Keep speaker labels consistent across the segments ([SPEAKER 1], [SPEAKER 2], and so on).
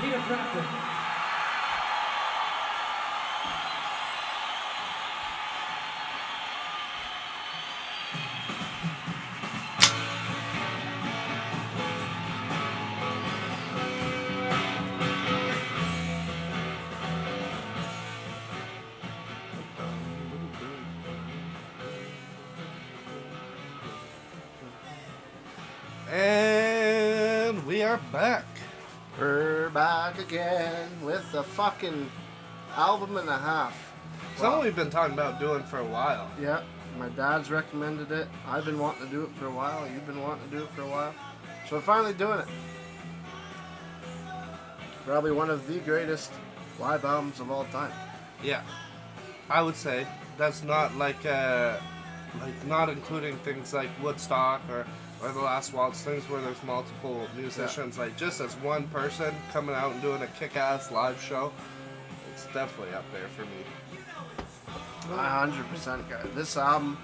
[SPEAKER 1] James Rapton.
[SPEAKER 2] And we are back.
[SPEAKER 3] We're back again with a fucking album and a half.
[SPEAKER 2] Something we've been talking about doing for a while.
[SPEAKER 3] Yeah, my dad's recommended it. I've been wanting to do it for a while. You've been wanting to do it for a while. So we're finally doing it. Probably one of the greatest live albums of all time.
[SPEAKER 2] Yeah. I would say that's not like uh like not including things like Woodstock or or the last waltz things where there's multiple musicians like just as one person coming out and doing a kick-ass live show. It's definitely up there for me.
[SPEAKER 3] 100% guy. This album.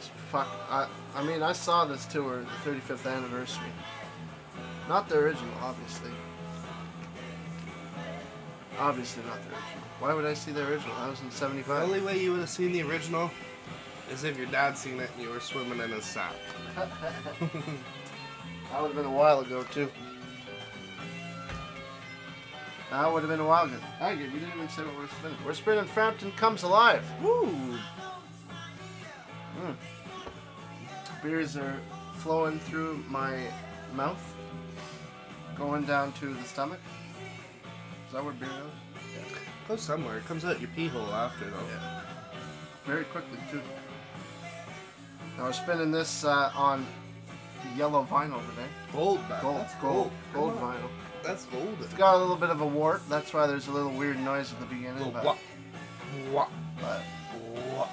[SPEAKER 3] is Fuck. I, I mean, I saw this tour, the 35th anniversary. Not the original, obviously. Obviously not the original. Why would I see the original? I was in
[SPEAKER 2] The
[SPEAKER 3] 75.
[SPEAKER 2] only way you would have seen the original is if your dad seen it and you were swimming in his sap.
[SPEAKER 3] That would have been a while ago, too. That would have been a while ago. I get you didn't even say what we're spinning. We're spinning Frampton Comes Alive. Hmm.
[SPEAKER 2] Woo!
[SPEAKER 3] Beers are flowing through my mouth, going down to the stomach. Is that where beer goes?
[SPEAKER 2] Go somewhere. It comes out your pee hole after though.
[SPEAKER 3] Very quickly, too. Now we're spinning this uh, on yellow vinyl today.
[SPEAKER 2] Gold back.
[SPEAKER 3] Gold,
[SPEAKER 2] that's
[SPEAKER 3] gold, gold
[SPEAKER 2] Come on.
[SPEAKER 3] vinyl.
[SPEAKER 2] That's gold.
[SPEAKER 3] It's got a little bit of a warp, that's why there's a little weird noise at the beginning.
[SPEAKER 2] Little
[SPEAKER 3] But,
[SPEAKER 2] wah, wah,
[SPEAKER 3] but
[SPEAKER 2] wah.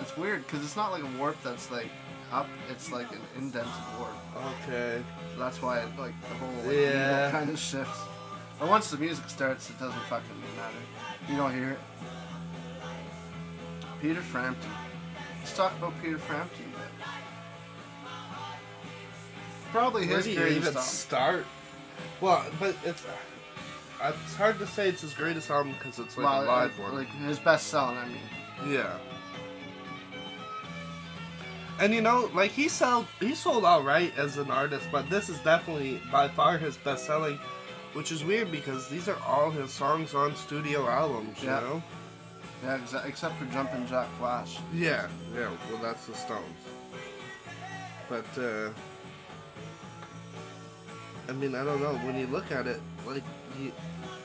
[SPEAKER 3] it's weird because it's not like a warp that's like up, it's like an indented warp.
[SPEAKER 2] Okay.
[SPEAKER 3] That's why it, like the whole like,
[SPEAKER 2] Yeah.
[SPEAKER 3] kind of shifts. But once the music starts, it doesn't fucking matter. You don't hear it. Peter Frampton. Let's talk about Peter Frampton. a bit. Probably
[SPEAKER 2] Where
[SPEAKER 3] his
[SPEAKER 2] do you even
[SPEAKER 3] greatest album.
[SPEAKER 2] start? Well, but it's uh, it's hard to say it's his greatest album because it's like a
[SPEAKER 3] well, uh,
[SPEAKER 2] live
[SPEAKER 3] like,
[SPEAKER 2] one.
[SPEAKER 3] like his best selling. I mean,
[SPEAKER 2] yeah. And you know, like he sold he sold all right as an artist, but this is definitely by far his best selling, which is weird because these are all his songs on studio albums. You
[SPEAKER 3] Yeah.
[SPEAKER 2] know.
[SPEAKER 3] yeah, exa- except for Jumpin' Jack Flash.
[SPEAKER 2] Yeah, yeah. Well, that's the Stones. But uh, I mean, I don't know. When you look at it, like, he,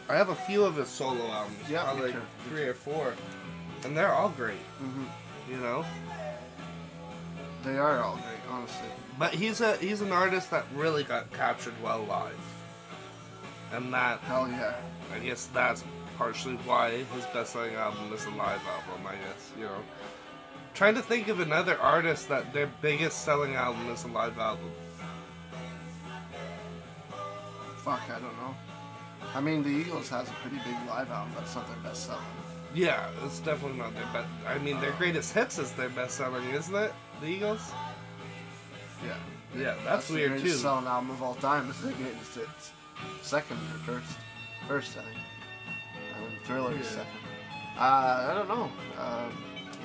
[SPEAKER 2] I have a few of his solo albums.
[SPEAKER 3] Yeah,
[SPEAKER 2] probably
[SPEAKER 3] me
[SPEAKER 2] like
[SPEAKER 3] too, me
[SPEAKER 2] three or four, and they're all great.
[SPEAKER 3] hmm
[SPEAKER 2] You know.
[SPEAKER 3] They are all great, honestly.
[SPEAKER 2] But he's a he's an artist that really got captured well live, and that
[SPEAKER 3] Hell yeah.
[SPEAKER 2] I guess that's partially why his best-selling album is a live album. I guess you know. Trying to think of another artist that their biggest-selling album is a live album.
[SPEAKER 3] Fuck, I don't know. I mean, the Eagles has a pretty big live album, but it's not their best selling.
[SPEAKER 2] Yeah, it's definitely not their best. I mean, their greatest hits is their best-selling, isn't it? The Eagles.
[SPEAKER 3] Yeah.
[SPEAKER 2] Yeah, that's,
[SPEAKER 3] the
[SPEAKER 2] weird
[SPEAKER 3] greatest
[SPEAKER 2] too.
[SPEAKER 3] selling album of all time. It's the greatest hits. Second or first? First, I think. Um, Thriller is
[SPEAKER 2] Yeah.
[SPEAKER 3] second. Uh, I don't know. Um,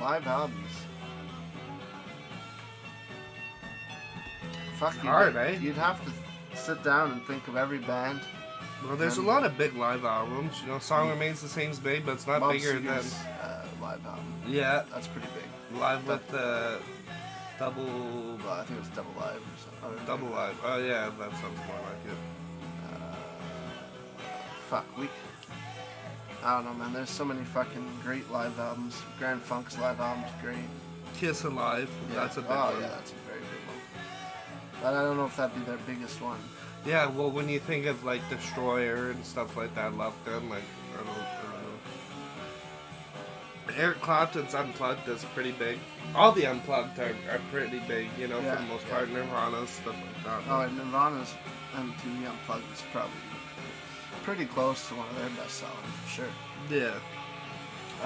[SPEAKER 3] live albums. Fuck you.
[SPEAKER 2] hard, eh?
[SPEAKER 3] You'd have to sit down and think of every band.
[SPEAKER 2] Well, there's a lot of big live albums. You know, Song Remains the Same's big, but it's not
[SPEAKER 3] Mm. Bob
[SPEAKER 2] bigger
[SPEAKER 3] Seger's, uh, live album.
[SPEAKER 2] than yeah,
[SPEAKER 3] That's pretty big.
[SPEAKER 2] live with the double
[SPEAKER 3] Well, I think it's double live or something. I don't
[SPEAKER 2] double
[SPEAKER 3] know.
[SPEAKER 2] live. Oh yeah, that sounds more like it.
[SPEAKER 3] Fuck, we. I don't know, man. There's so many fucking great live albums. Grand Funk's live album's great.
[SPEAKER 2] Kiss Alive. That's a big
[SPEAKER 3] Oh
[SPEAKER 2] one.
[SPEAKER 3] yeah, that's a very big one. But I don't know if that'd be their biggest one.
[SPEAKER 2] Yeah, well, when you think of like Destroyer and stuff like that, Love Gun, like I don't, I don't know. Eric Clapton's Unplugged is pretty big. All the Unplugged are, are pretty big, you know,
[SPEAKER 3] Yeah,
[SPEAKER 2] for the most
[SPEAKER 3] yeah.
[SPEAKER 2] part. Nirvana, stuff like that.
[SPEAKER 3] Oh, and Nirvana's MTV Unplugged is probably pretty close to one of their best songs, for sure.
[SPEAKER 2] yeah,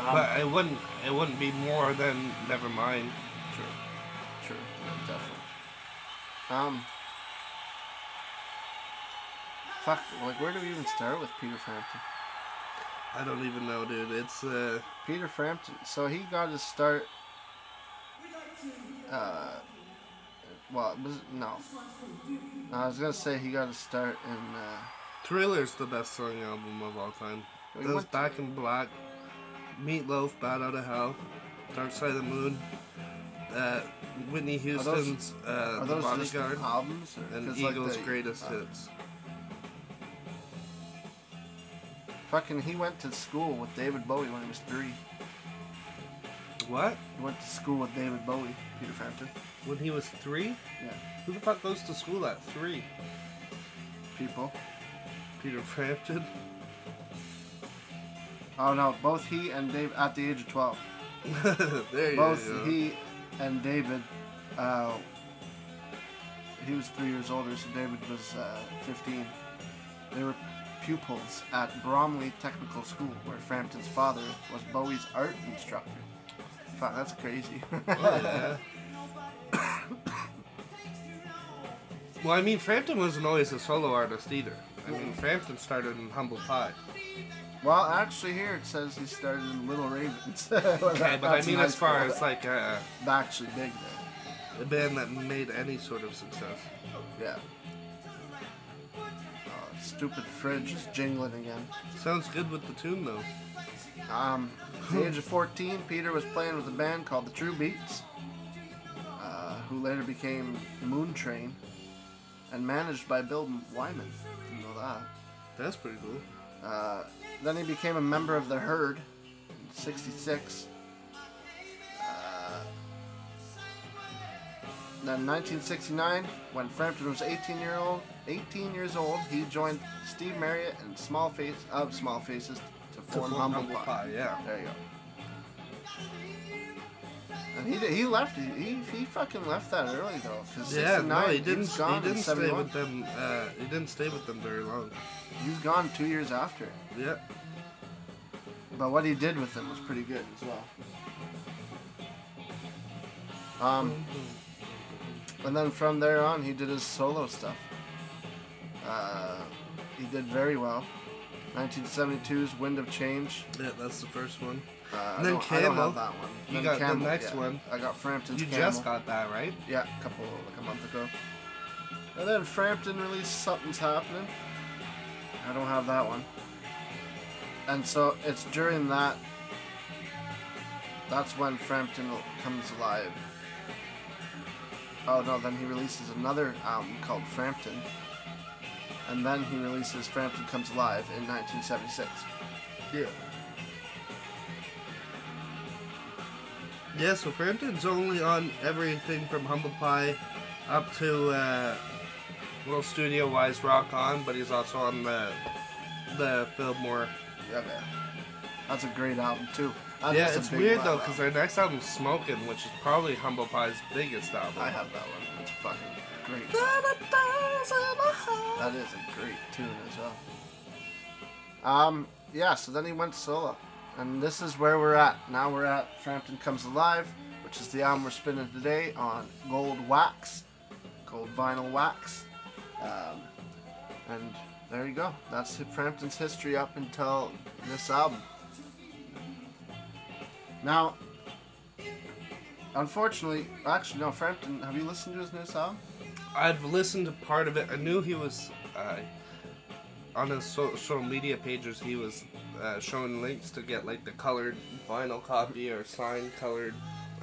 [SPEAKER 3] Um,
[SPEAKER 2] but it wouldn't it wouldn't be more than Nevermind.
[SPEAKER 3] true, true, yeah, definitely. Um, Fuck, like where do we even start with Peter Frampton?
[SPEAKER 2] I don't even know, dude. It's uh,
[SPEAKER 3] Peter Frampton. So he got his start. Uh, well, it was no. I was gonna say he got his start in. Uh,
[SPEAKER 2] Thriller's the best selling album of all time.
[SPEAKER 3] We
[SPEAKER 2] There's
[SPEAKER 3] went to-
[SPEAKER 2] Back in Black, Meatloaf, Bad Out of Hell, Dark Side of the Moon, uh, Whitney
[SPEAKER 3] Are those-
[SPEAKER 2] Houston's uh,
[SPEAKER 3] are
[SPEAKER 2] The
[SPEAKER 3] those just
[SPEAKER 2] Bodyguard,
[SPEAKER 3] albums? Or,
[SPEAKER 2] and
[SPEAKER 3] 'cause, like,
[SPEAKER 2] Eagles'
[SPEAKER 3] the-
[SPEAKER 2] Greatest
[SPEAKER 3] uh,
[SPEAKER 2] Hits.
[SPEAKER 3] Fucking, he went to school with David Bowie when he was three.
[SPEAKER 2] What?
[SPEAKER 3] He went to school with David Bowie, Peter Frampton.
[SPEAKER 2] When he was three?
[SPEAKER 3] Yeah.
[SPEAKER 2] Who the fuck goes to school at three?
[SPEAKER 3] People.
[SPEAKER 2] Peter Frampton?
[SPEAKER 3] Oh no, both he and Dave at the age of twelve.
[SPEAKER 2] there you
[SPEAKER 3] both
[SPEAKER 2] go.
[SPEAKER 3] he and David, uh, he was three years older, so David was uh, 15. They were pupils at Bromley Technical School, where Frampton's father was Bowie's art instructor. Fuck, that's crazy.
[SPEAKER 2] Oh, yeah. well, I mean, Frampton wasn't always a solo artist either. I mean, Frampton started in Humble Pie.
[SPEAKER 3] well, actually, here it says he started in Little Ravens. okay,
[SPEAKER 2] Okay, but I mean, as far as like uh,
[SPEAKER 3] actually big there.
[SPEAKER 2] a band that made any sort of success.
[SPEAKER 3] Yeah. Oh, stupid fridge is jingling again.
[SPEAKER 2] Sounds good with the tune though.
[SPEAKER 3] Um, at the age of 14, Peter was playing with a band called the True Beats, uh, who later became Moon Train, and managed by Bill Wyman. You know that.
[SPEAKER 2] That's pretty cool.
[SPEAKER 3] Uh, then he became a member of the Herd in '66. Uh, then 1969, when Frampton was 18 year old, 18 years old, he joined Steve Marriott and Small Face of Small Faces to form,
[SPEAKER 2] form
[SPEAKER 3] Humble,
[SPEAKER 2] Humble
[SPEAKER 3] Pie.
[SPEAKER 2] Pie, yeah.
[SPEAKER 3] There you go. And he, did- he left. He, he he fucking left that early though. 'cause
[SPEAKER 2] Yeah,
[SPEAKER 3] 69,
[SPEAKER 2] no, he
[SPEAKER 3] was
[SPEAKER 2] didn't.
[SPEAKER 3] gone
[SPEAKER 2] He
[SPEAKER 3] in
[SPEAKER 2] didn't stay
[SPEAKER 3] 71.
[SPEAKER 2] with them. Uh, he didn't stay with them very long.
[SPEAKER 3] He was gone two years after.
[SPEAKER 2] Yeah.
[SPEAKER 3] But what he did with them was pretty good as well. Um, and then from there on, he did his solo stuff. Uh, he did very well. 1972's Wind of Change.
[SPEAKER 2] Yeah, that's the first one.
[SPEAKER 3] Uh, I
[SPEAKER 2] And then
[SPEAKER 3] don't- I don't
[SPEAKER 2] Camel.
[SPEAKER 3] have that one.
[SPEAKER 2] You got the
[SPEAKER 3] Camel,
[SPEAKER 2] next
[SPEAKER 3] yeah.
[SPEAKER 2] one.
[SPEAKER 3] I got Frampton's
[SPEAKER 2] You
[SPEAKER 3] Camel.
[SPEAKER 2] just got that right.
[SPEAKER 3] Yeah, a couple, like a month ago. And then Frampton released Something's Happening. I don't have that one. And so it's during that, that's when Frampton comes alive. Oh no, then he releases another album called Frampton. And then he releases Frampton Comes Alive in 1976.
[SPEAKER 2] Yeah. Yeah, so Frampton's only on everything from Humble Pie up to uh, little studio wise Rock On, but he's also on the the Fillmore.
[SPEAKER 3] Yeah, man. That's a great album too. That's
[SPEAKER 2] yeah,
[SPEAKER 3] just a
[SPEAKER 2] it's
[SPEAKER 3] big
[SPEAKER 2] weird
[SPEAKER 3] live
[SPEAKER 2] though
[SPEAKER 3] album.
[SPEAKER 2] because their next album's Smoking, which is probably Humble Pie's biggest album.
[SPEAKER 3] I have that one. It's fucking great. That is a great tune as well. Um, yeah, so then he went solo. And this is where we're at. Now we're at Frampton Comes Alive, which is the album we're spinning today on gold wax, gold vinyl wax. Um, and there you go. That's Frampton's history up until this album. Now, unfortunately, actually, no, Frampton, have you listened to his new album?
[SPEAKER 2] I've listened to part of it. I knew he was uh, on his social media pages. He was uh, showing links to get like the colored vinyl copy or signed colored.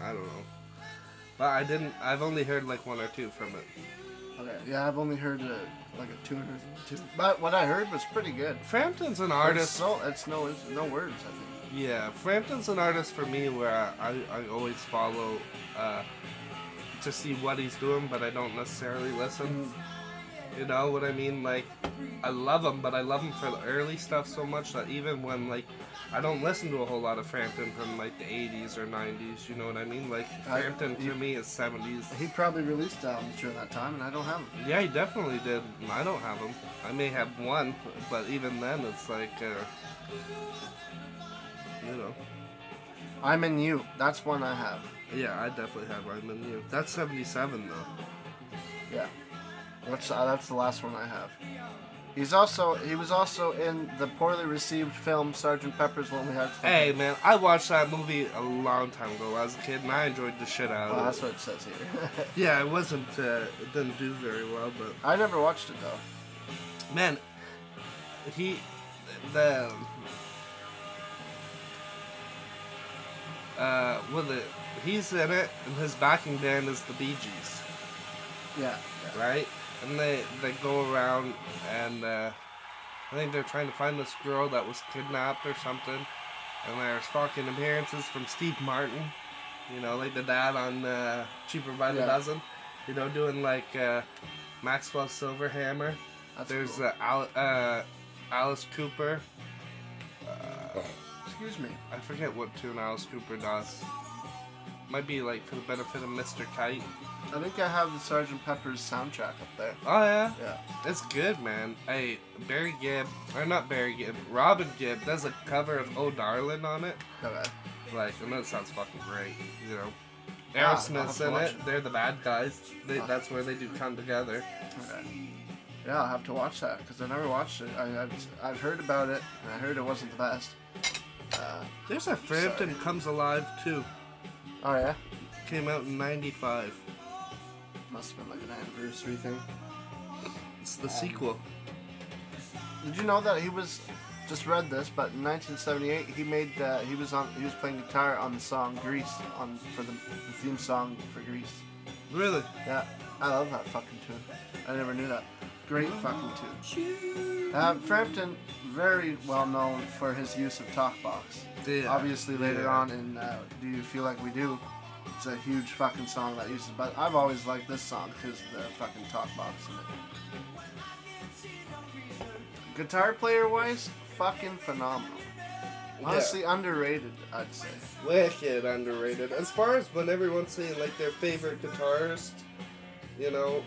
[SPEAKER 2] I don't know, but I didn't. I've only heard like one or two from it.
[SPEAKER 3] Okay. Yeah, I've only heard a, like a tune or two, but what I heard was pretty good.
[SPEAKER 2] Frampton's an
[SPEAKER 3] It's
[SPEAKER 2] artist.
[SPEAKER 3] so it's no it's no words. I think.
[SPEAKER 2] Yeah, Frampton's an artist for me where I, I, I always follow uh, to see what he's doing, but I don't necessarily listen. You know what I mean? Like, I love him, but I love him for the early stuff so much that even when, like, I don't listen to a whole lot of Frampton from, like, the 80s or 90s, you know what I mean? Like,
[SPEAKER 3] I-
[SPEAKER 2] Frampton
[SPEAKER 3] you-
[SPEAKER 2] to me is 70s.
[SPEAKER 3] He probably released albums during that time, and I don't have them.
[SPEAKER 2] Yeah, he definitely did. I don't have him. I may have one, but even then, it's like, uh, you know.
[SPEAKER 3] I'm in you. That's one I have.
[SPEAKER 2] Yeah, I definitely have I'm in you. That's 77 though.
[SPEAKER 3] Yeah. That's uh, that's the last one I have. He's also he was also in the poorly received film Sergeant Pepper's Lonely Hearts Club
[SPEAKER 2] Hey man, I watched that movie a long time ago. When I was a kid, and I enjoyed the shit out of
[SPEAKER 3] Well, Oh, that's
[SPEAKER 2] it.
[SPEAKER 3] what it says here.
[SPEAKER 2] Yeah, it wasn't. Uh, it didn't do very well, but
[SPEAKER 3] I never watched it though.
[SPEAKER 2] man, he, the, uh, with it, he's in it, and his backing band is the Bee Gees.
[SPEAKER 3] Yeah. yeah.
[SPEAKER 2] right? And they they go around and uh, I think they're trying to find this girl that was kidnapped or something. And there's fucking appearances from Steve Martin, you know, like the dad on uh, Cheaper by the
[SPEAKER 3] Yeah.
[SPEAKER 2] Dozen, you know, doing like uh, Maxwell Silverhammer.
[SPEAKER 3] That's
[SPEAKER 2] there's
[SPEAKER 3] cool.
[SPEAKER 2] uh, Al- uh, Alice Cooper.
[SPEAKER 3] Excuse me.
[SPEAKER 2] I forget what tune Alice Cooper does. Might be like for the benefit of Mr. Kite.
[SPEAKER 3] I think I have the Sergeant Pepper's soundtrack up there.
[SPEAKER 2] Oh yeah.
[SPEAKER 3] Yeah.
[SPEAKER 2] That's good, man. Hey, Barry Gibb, or not Barry Gibb, Robin Gibb does a cover of Oh Darlin' on it.
[SPEAKER 3] Okay.
[SPEAKER 2] Like, and that sounds fucking great, you know.
[SPEAKER 3] Yeah, I'll
[SPEAKER 2] Aerosmith's
[SPEAKER 3] have to
[SPEAKER 2] in
[SPEAKER 3] watch
[SPEAKER 2] it.
[SPEAKER 3] it.
[SPEAKER 2] They're the bad guys. They,
[SPEAKER 3] Ah.
[SPEAKER 2] That's where they do come together.
[SPEAKER 3] Okay. Yeah, I'll have to watch that because I never watched it. I, I've, I've heard about it and I heard it wasn't the best. Uh,
[SPEAKER 2] There's a Frampton
[SPEAKER 3] Sorry.
[SPEAKER 2] Comes Alive too.
[SPEAKER 3] oh yeah,
[SPEAKER 2] Came out in '95.
[SPEAKER 3] must have been like an anniversary thing.
[SPEAKER 2] It's the sequel.
[SPEAKER 3] Did you know that he was? Just read this, but in 1978 he made uh, he was on he was playing guitar on the song Grease on for the, the theme song for Grease.
[SPEAKER 2] Really?
[SPEAKER 3] Yeah, I love that fucking tune. I never knew that. Great fucking tune. Uh, Frampton, very well known for his use of talkbox.
[SPEAKER 2] Yeah,
[SPEAKER 3] Obviously, later
[SPEAKER 2] yeah.
[SPEAKER 3] on in uh, "Do You Feel Like We Do," it's a huge fucking song that uses. But I've always liked this song because the fucking talkbox in it. Guitar player wise, fucking phenomenal. Honestly, underrated, I'd say.
[SPEAKER 2] Wicked underrated. As far as when everyone's saying like their favorite guitarist, you know,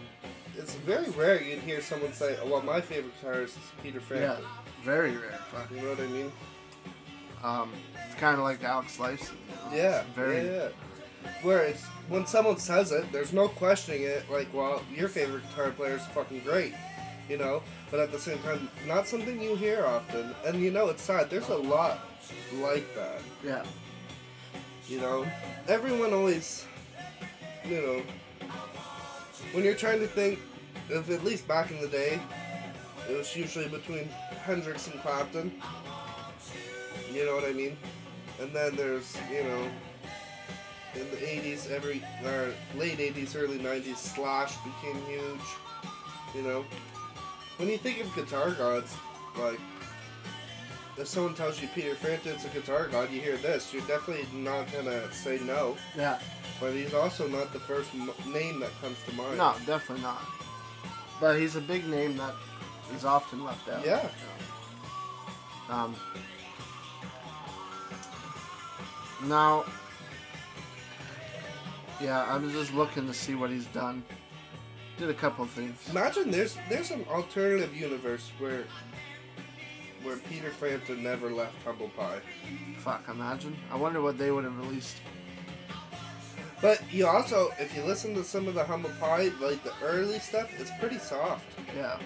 [SPEAKER 2] it's very rare you'd hear someone say, oh, "Well, my favorite guitarist is Peter
[SPEAKER 3] Yeah,
[SPEAKER 2] Frampton."
[SPEAKER 3] very rare. Fucking.
[SPEAKER 2] You know what I mean?
[SPEAKER 3] Um, it's kind of like Alex Lifeson. You know?
[SPEAKER 2] Yeah,
[SPEAKER 3] It's very.
[SPEAKER 2] yeah, yeah. Where it's when someone says it, there's no questioning it. Like, well, your favorite guitar player is fucking great, you know. But at the same time, not something you hear often. And you know, it's sad. There's a lot like that.
[SPEAKER 3] yeah.
[SPEAKER 2] You know, everyone always, you know, when you're trying to think of at least back in the day, it was usually between Hendrix and Clapton. You know what I mean? And then there's, you know, in the 80s, every, or late 80s, early 90s, Slash became huge. You know? When you think of guitar gods, like, if someone tells you Peter Frampton's a guitar god, you hear this, you're definitely not gonna say no.
[SPEAKER 3] Yeah.
[SPEAKER 2] But he's also not the first m- name that comes to mind.
[SPEAKER 3] No, definitely not. But he's a big name that is often left out.
[SPEAKER 2] Yeah.
[SPEAKER 3] Um, now, yeah, I'm just looking to see what he's done. Did a couple things.
[SPEAKER 2] Imagine there's there's an alternative universe where where Peter Frampton never left Humble Pie.
[SPEAKER 3] Fuck, imagine. I wonder what they would have released.
[SPEAKER 2] But you also, if you listen to some of the Humble Pie, like the early stuff, it's pretty soft.
[SPEAKER 3] Yeah.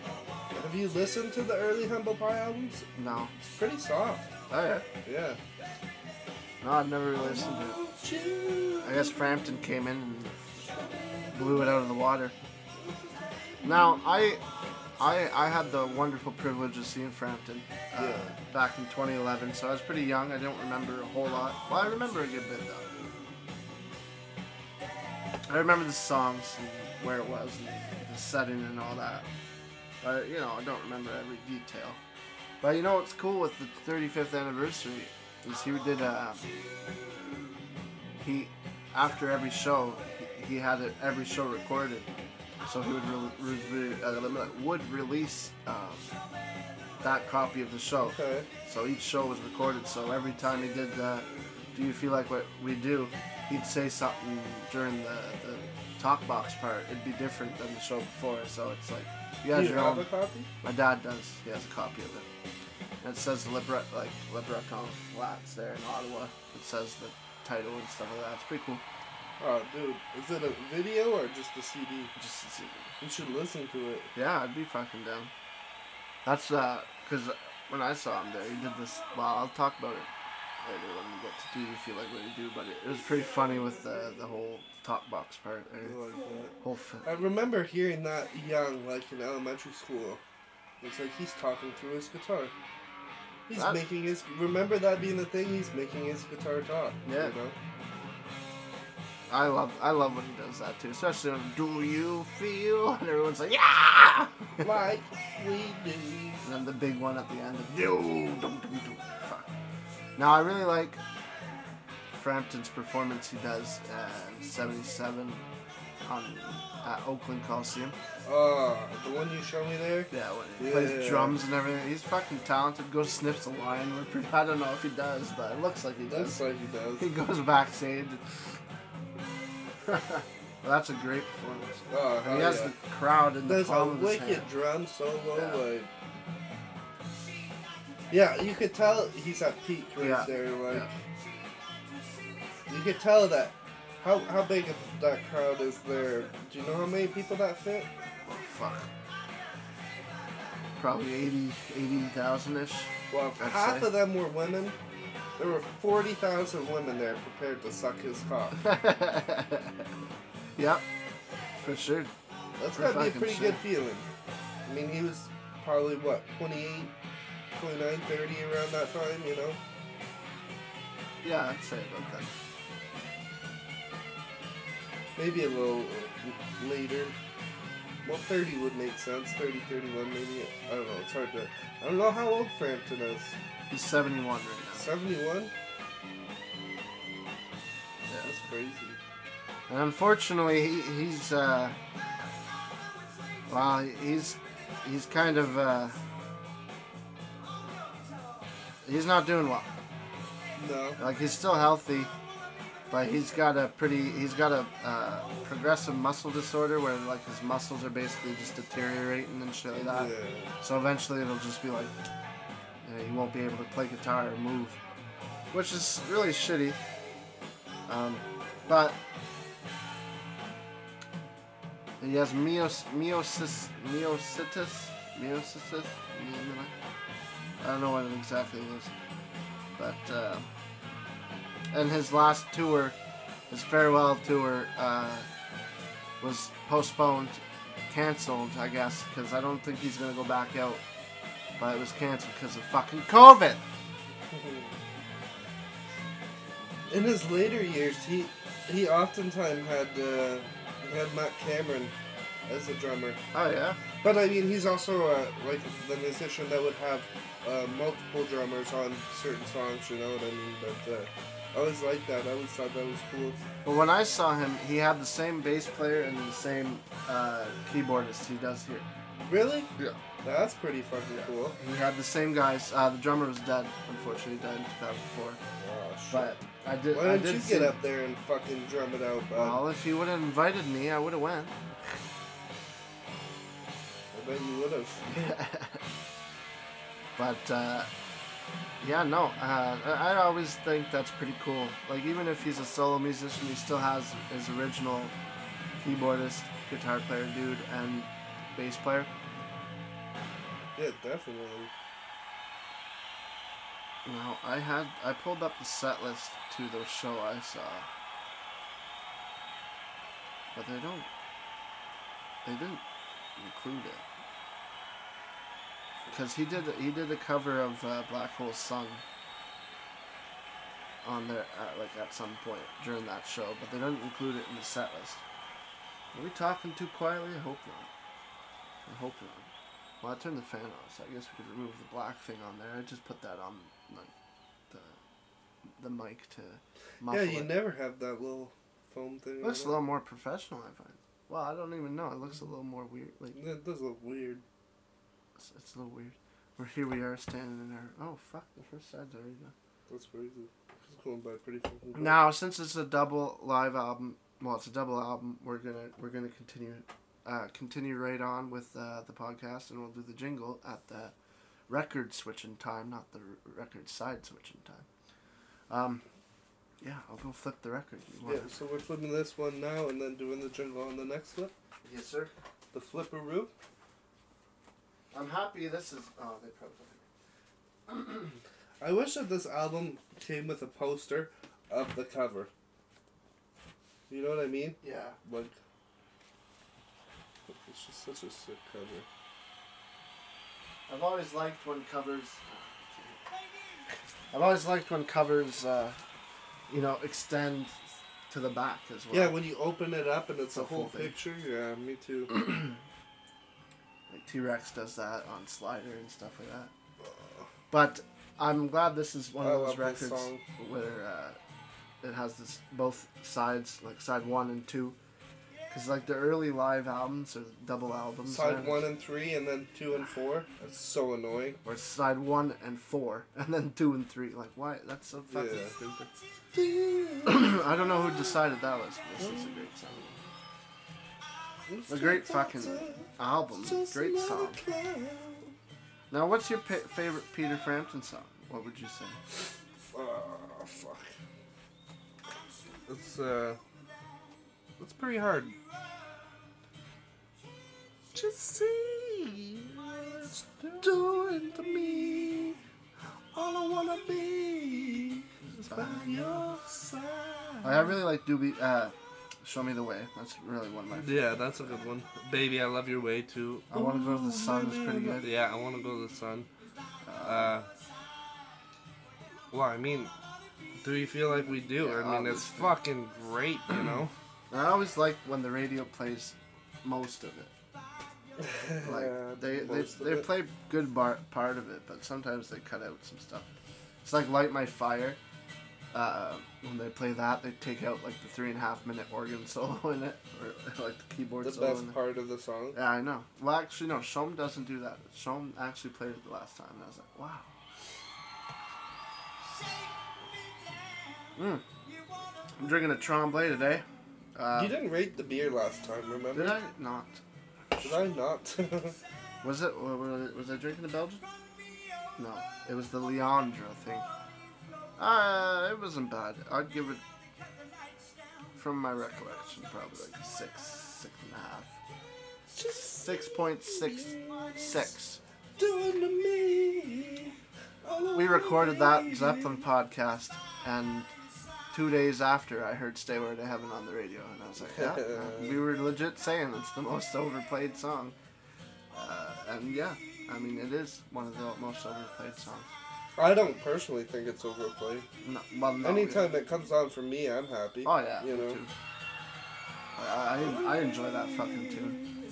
[SPEAKER 2] Have you listened to the early Humble Pie albums?
[SPEAKER 3] No.
[SPEAKER 2] It's pretty soft.
[SPEAKER 3] Oh yeah.
[SPEAKER 2] Yeah.
[SPEAKER 3] No, I've never really listened to it. I guess Frampton came in and blew it out of the water. Now I, I, I had the wonderful privilege of seeing Frampton uh,
[SPEAKER 2] Yeah.
[SPEAKER 3] back in 2011. So I was pretty young. I don't remember a whole lot. Well, I remember a good bit though. I remember the songs and where it was and the setting and all that. But you know, I don't remember every detail. But you know what's cool with the 35th anniversary is he did a he after every show he, he had it, every show recorded so he would re- re- re- uh, would release um, that copy of the show
[SPEAKER 2] Okay.
[SPEAKER 3] so each show was recorded so every time he did the do you feel like what we do he'd say something during the, the talk box part it'd be different than the show before so it's like you
[SPEAKER 2] Do
[SPEAKER 3] guys
[SPEAKER 2] you
[SPEAKER 3] are
[SPEAKER 2] have
[SPEAKER 3] all
[SPEAKER 2] a copy?
[SPEAKER 3] my dad does. He has a copy of it. And it says Libra, like Librecon Flats there in Ottawa. It says the title and stuff like that. It's pretty cool.
[SPEAKER 2] Oh, dude, is it a video or just a CD?
[SPEAKER 3] Just to see.
[SPEAKER 2] You should listen to it.
[SPEAKER 3] Yeah, I'd be fucking down. That's because when I saw him there, he did this. Well, I'll talk about it later when we get to do you feel like what you do, but it, it was pretty funny with the the whole talk box part. Or
[SPEAKER 2] Like that.
[SPEAKER 3] whole f-
[SPEAKER 2] I remember hearing that young, like in elementary school. It's like he's talking through his guitar. He's
[SPEAKER 3] That-
[SPEAKER 2] making his. Remember that being the thing? He's making his guitar talk.
[SPEAKER 3] Yeah.
[SPEAKER 2] You know?
[SPEAKER 3] I love I love when he does that too, especially when do you feel and everyone's like yeah, and
[SPEAKER 2] like we do.
[SPEAKER 3] then the big one at the end of no dum, dum, dum. fuck. Now I really like Frampton's performance he does uh, in '77 on at Oakland Coliseum.
[SPEAKER 2] Oh, the one you showed me there.
[SPEAKER 3] Yeah, when he
[SPEAKER 2] Yeah.
[SPEAKER 3] plays drums and everything. He's fucking talented. Goes sniffs a lion. We're pretty- I don't know if he does, but it looks like he
[SPEAKER 2] That's
[SPEAKER 3] does.
[SPEAKER 2] like he does.
[SPEAKER 3] He goes backstage. well, that's a great performance.
[SPEAKER 2] Oh,
[SPEAKER 3] And
[SPEAKER 2] hell
[SPEAKER 3] he has
[SPEAKER 2] yeah.
[SPEAKER 3] the crowd in the
[SPEAKER 2] There's a
[SPEAKER 3] palm of his hand.
[SPEAKER 2] wicked drum solo.
[SPEAKER 3] Yeah.
[SPEAKER 2] Like, yeah, you could tell he's at peak right
[SPEAKER 3] Yeah.
[SPEAKER 2] there. Like,
[SPEAKER 3] Yeah.
[SPEAKER 2] you could tell that. How, how big of that crowd is there? Do you know how many people that fit?
[SPEAKER 3] Oh, fuck. Probably 80 80,000 ish.
[SPEAKER 2] Well, if
[SPEAKER 3] I'd
[SPEAKER 2] half
[SPEAKER 3] say.
[SPEAKER 2] of them were women. There were 40,000 women there prepared to suck his cock.
[SPEAKER 3] yep, for sure.
[SPEAKER 2] That's
[SPEAKER 3] For
[SPEAKER 2] gotta be a
[SPEAKER 3] fucking
[SPEAKER 2] pretty
[SPEAKER 3] sure.
[SPEAKER 2] good feeling. I mean, he was probably, what, 28, 29, 30 around that time, you know?
[SPEAKER 3] Yeah, I'd say about that.
[SPEAKER 2] Maybe a little uh, later. Well, 30 would make sense. 30, 31, maybe. I don't know. It's hard to. I don't know how old Frampton is.
[SPEAKER 3] He's 71 right now.
[SPEAKER 2] 71?
[SPEAKER 3] Yeah.
[SPEAKER 2] That's crazy.
[SPEAKER 3] And unfortunately, he, he's uh, well, he's he's kind of uh, he's not doing well.
[SPEAKER 2] No.
[SPEAKER 3] Like he's still healthy, but he's got a pretty he's got a uh, progressive muscle disorder where like his muscles are basically just deteriorating and shit like that.
[SPEAKER 2] Yeah.
[SPEAKER 3] So eventually, it'll just be like you know, he won't be able to play guitar or move, which is really shitty. Um, but he has myos, myosis, myositis, myositis. I don't know what it exactly is, but uh, and his last tour, his farewell tour, uh, was postponed, canceled, I guess, because I don't think he's gonna go back out. But it was canceled because of fucking COVID.
[SPEAKER 2] In his later years, he he oftentimes had uh, he had Matt Cameron as a drummer,
[SPEAKER 3] Oh yeah.
[SPEAKER 2] but I mean he's also uh, like the musician that would have uh, multiple drummers on certain songs. You know what I mean? But uh, I always liked that. I always thought that was cool.
[SPEAKER 3] But when I saw him, he had the same bass player and the same uh, keyboardist he does here.
[SPEAKER 2] Really?
[SPEAKER 3] Yeah.
[SPEAKER 2] That's pretty fucking cool.
[SPEAKER 3] He had the same guys. Uh, the drummer was dead, unfortunately, he died in 2004.
[SPEAKER 2] Oh, shit.
[SPEAKER 3] But I did.
[SPEAKER 2] Why
[SPEAKER 3] I
[SPEAKER 2] don't
[SPEAKER 3] did
[SPEAKER 2] you
[SPEAKER 3] see,
[SPEAKER 2] get up there and fucking drum it out, bud?
[SPEAKER 3] Well, if he would have invited me, I would have went.
[SPEAKER 2] I bet you would have.
[SPEAKER 3] but uh, yeah, no, uh, I I always think that's pretty cool. Like even if he's a solo musician, he still has his original keyboardist, guitar player, dude, and bass player.
[SPEAKER 2] Yeah, definitely.
[SPEAKER 3] Now I had I pulled up the set list to the show I saw, but they don't. They didn't include it because he did he did a cover of uh, Black Hole Sun on there at, like at some point during that show, but they didn't include it in the set list. Are we talking too quietly? I hope not. I hope not. Well, I turned the fan on, so I guess we could remove the black thing on there. I just put that on like the the mic to muffle
[SPEAKER 2] yeah, you
[SPEAKER 3] it.
[SPEAKER 2] never have that little foam thing. on
[SPEAKER 3] looks
[SPEAKER 2] it.
[SPEAKER 3] a little more professional, I find. Well, I don't even know. It looks a little more weird. Like
[SPEAKER 2] That does look weird.
[SPEAKER 3] it's, it's a little weird. Where here we are standing in our oh fuck the first side's already done.
[SPEAKER 2] That's crazy. It's going by pretty fucking quick.
[SPEAKER 3] Now, since it's a double live album, well, it's a double album. We're gonna we're gonna continue uh, continue right on with uh, the podcast, and we'll do the jingle at the record switching time, not the r- record side switching time. Um, yeah, I'll go flip the record. You
[SPEAKER 2] Yeah,
[SPEAKER 3] wanna-
[SPEAKER 2] so we're flipping this one now and then doing the jingle on the next flip.
[SPEAKER 3] Yes, sir.
[SPEAKER 2] The flipperoo.
[SPEAKER 3] Uh, I'm happy this is. Oh, they probably.
[SPEAKER 2] I wish that this album came with a poster of the cover. You know what I mean?
[SPEAKER 3] Yeah.
[SPEAKER 2] Like, it's just such a sick cover.
[SPEAKER 3] I've always liked when covers. I've always liked when covers, uh, you know, extend to the back as well.
[SPEAKER 2] Yeah, when you open it up and it's
[SPEAKER 3] The
[SPEAKER 2] a whole
[SPEAKER 3] full thing.
[SPEAKER 2] picture. Yeah, me too.
[SPEAKER 3] like T Rex does that on Slider and stuff like that. But I'm glad this is one
[SPEAKER 2] I
[SPEAKER 3] of those
[SPEAKER 2] love this
[SPEAKER 3] records
[SPEAKER 2] song.
[SPEAKER 3] where uh, it has this both sides, like side one and two, because like the early live albums or double albums,
[SPEAKER 2] Side
[SPEAKER 3] uh,
[SPEAKER 2] one and three, and then two and four. That's so annoying.
[SPEAKER 3] or side one and four, and then two and three. Like why? That's so
[SPEAKER 2] Yeah.
[SPEAKER 3] fucking stupid. I don't know who decided that was. But this is a great song. A great fucking album. Great song. Now, what's your pa- favorite Peter Frampton song? What would you say?
[SPEAKER 2] Oh fuck. It's uh. It's pretty hard. Just see what's doing to me. All I wanna be is by your side.
[SPEAKER 3] Like, I really like Doobie. Uh, Show me the way. That's really one of my. Favorites.
[SPEAKER 2] Yeah, that's a good one. Baby, I love your way too.
[SPEAKER 3] I wanna go to the sun is pretty good.
[SPEAKER 2] Yeah, I wanna go to the sun. Uh, well, I mean, do you feel like we do? I
[SPEAKER 3] Yeah,
[SPEAKER 2] mean, it's
[SPEAKER 3] obviously.
[SPEAKER 2] fucking great, you know.
[SPEAKER 3] I always like when the radio plays most of it. Like they they,
[SPEAKER 2] most of
[SPEAKER 3] they
[SPEAKER 2] it.
[SPEAKER 3] play good bar- part of it, but sometimes they cut out some stuff. It's like Light My Fire. Uh, when they play that, they take out like the three and a half minute organ solo in it, or like the keyboard
[SPEAKER 2] the
[SPEAKER 3] solo.
[SPEAKER 2] best
[SPEAKER 3] in it.
[SPEAKER 2] part of the song.
[SPEAKER 3] Yeah, I know. Well, actually, no. Shom doesn't do that. Shom actually played it the last time, and I was like, wow. Mm. I'm drinking a Tremblay today. Uh,
[SPEAKER 2] you didn't rate the beer last time, remember?
[SPEAKER 3] did I not?
[SPEAKER 2] Did I not?
[SPEAKER 3] Was it wa- wa- was I drinking the Belgian? No, it was the Leandra thing. Uh, it wasn't bad. I'd give it, from my recollection, probably like a six, six and a half, six point six six.
[SPEAKER 2] Doing to me. all I
[SPEAKER 3] We
[SPEAKER 2] wanna
[SPEAKER 3] recorded that
[SPEAKER 2] be.
[SPEAKER 3] Zeppelin podcast, and two days after, I heard "Stay Where to Heaven" on the radio, and I was like, "Yeah." uh, we were legit saying it's the most overplayed song, uh, and yeah, I mean it is one of the most overplayed songs.
[SPEAKER 2] I don't personally think it's overplayed.
[SPEAKER 3] No, well, no,
[SPEAKER 2] Anytime
[SPEAKER 3] yeah.
[SPEAKER 2] it comes on for me, I'm happy.
[SPEAKER 3] Oh yeah.
[SPEAKER 2] You
[SPEAKER 3] me
[SPEAKER 2] know.
[SPEAKER 3] too. I, I I enjoy that fucking tune.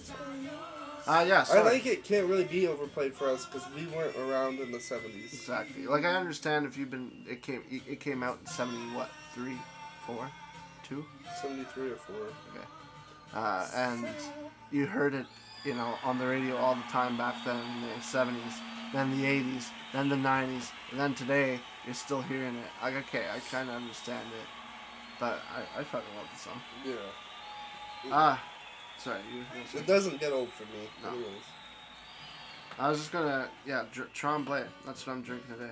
[SPEAKER 3] Uh, yeah.
[SPEAKER 2] I
[SPEAKER 3] Sorry.
[SPEAKER 2] like it can't really be overplayed for us because we weren't around in the 70s.
[SPEAKER 3] Exactly. Like I understand if you've been it came it- it came out in seventy what three, four, two.
[SPEAKER 2] 73 or 4.
[SPEAKER 3] Okay. Uh, and you heard it, you know, on the radio all the time back then in the 70s, then the 80s, then the 90s, and then today you're still hearing it. Like, okay, I kind of understand it, but I, I fucking love the song.
[SPEAKER 2] Yeah.
[SPEAKER 3] Ah, sorry. You were gonna say-
[SPEAKER 2] It doesn't get old for me.
[SPEAKER 3] No.
[SPEAKER 2] Anyways.
[SPEAKER 3] I was just gonna, yeah, dr- Tremblay. That's what I'm drinking today.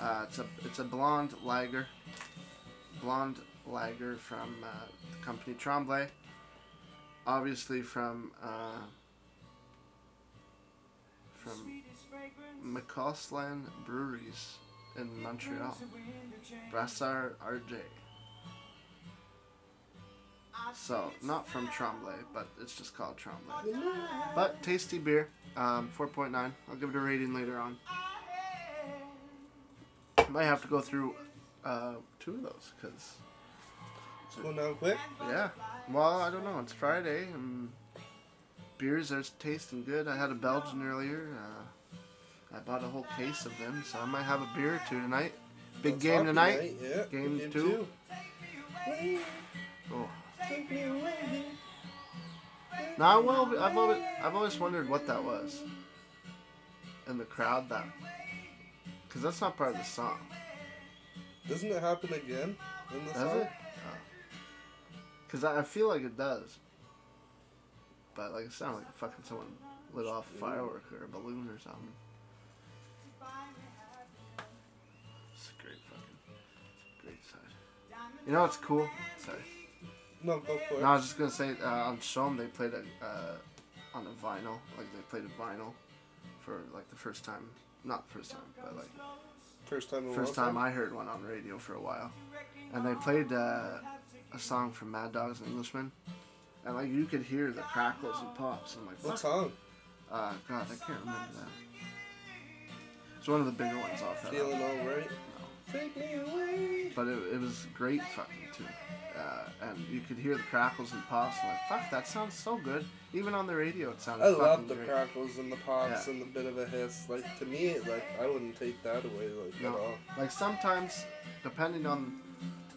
[SPEAKER 3] Uh, it's a it's a blonde lager, blonde lager from uh, the company Tremblay. Obviously from uh, from McCausland Breweries in Montreal, Brassard RJ. So not from Tremblay, but it's just called Tremblay. But tasty beer, um, 4.9. I'll give it a rating later on. Might have to go through uh, two of those because
[SPEAKER 2] It's going down quick.
[SPEAKER 3] yeah. Well, I don't know. It's Friday and beers are tasting good. I had a Belgian earlier. Uh, I bought a whole case of them, so I might have a beer or two tonight. Big
[SPEAKER 2] That's
[SPEAKER 3] game
[SPEAKER 2] hockey
[SPEAKER 3] tonight.
[SPEAKER 2] Yeah.
[SPEAKER 3] Game two. Oh.
[SPEAKER 2] Take me away.
[SPEAKER 3] Now, well, I've always, I've always wondered what that was. In the crowd, that. Because that's not part of the song.
[SPEAKER 2] Doesn't it happen again in the
[SPEAKER 3] Does
[SPEAKER 2] song?
[SPEAKER 3] it? Because I I feel like it does. But, like, it sounded like fucking someone lit off a firework or a balloon or something. It's a great fucking. Great side. You know what's cool? Sorry.
[SPEAKER 2] No, go for it.
[SPEAKER 3] No, I was just gonna say uh, on Shom they played a, uh, on a vinyl. Like they played a vinyl for like the first time, not first time, but like
[SPEAKER 2] First time. in a
[SPEAKER 3] first
[SPEAKER 2] long
[SPEAKER 3] time I heard one on radio for a while, and they played uh, a song from Mad Dogs and Englishmen, and like you could hear the crackles and pops. I'm like,
[SPEAKER 2] What
[SPEAKER 3] fuck.
[SPEAKER 2] song?
[SPEAKER 3] Uh, God, I can't remember that. It's one of the bigger ones off that. album.
[SPEAKER 2] Feeling alright. Take me away.
[SPEAKER 3] But it, it was great fucking too. Uh, and you could hear the crackles and pops. I'm like, fuck, that sounds so good. Even on the radio, it sounded
[SPEAKER 2] I
[SPEAKER 3] fucking
[SPEAKER 2] love the
[SPEAKER 3] great.
[SPEAKER 2] crackles and the pops
[SPEAKER 3] Yeah.
[SPEAKER 2] and the bit of a hiss. Like to me, like I wouldn't take that away like at all.
[SPEAKER 3] No. Like sometimes, depending on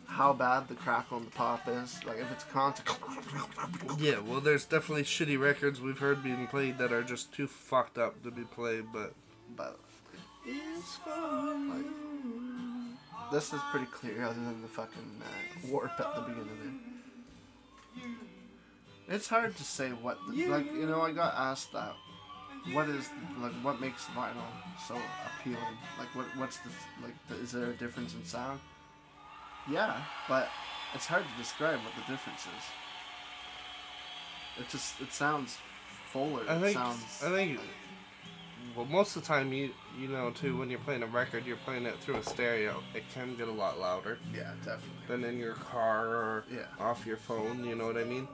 [SPEAKER 3] how bad the crackle and the pop is, like if it's a concert,
[SPEAKER 2] Yeah, well, there's definitely shitty records we've heard being played that are just too fucked up to be played, but.
[SPEAKER 3] but like, this is pretty clear other than the fucking uh, warp at the beginning there. It's hard to say what the, like you know I got asked that what is like what makes vinyl so appealing like what what's the like the, is there a difference in sound yeah but it's hard to describe what the difference is it just it sounds fuller
[SPEAKER 2] I
[SPEAKER 3] it
[SPEAKER 2] think
[SPEAKER 3] sounds
[SPEAKER 2] I think well most of the time you you know too when you're playing a record you're playing it through a stereo it can get a lot louder
[SPEAKER 3] yeah definitely
[SPEAKER 2] than in your car or
[SPEAKER 3] Yeah.
[SPEAKER 2] off your phone you know what I mean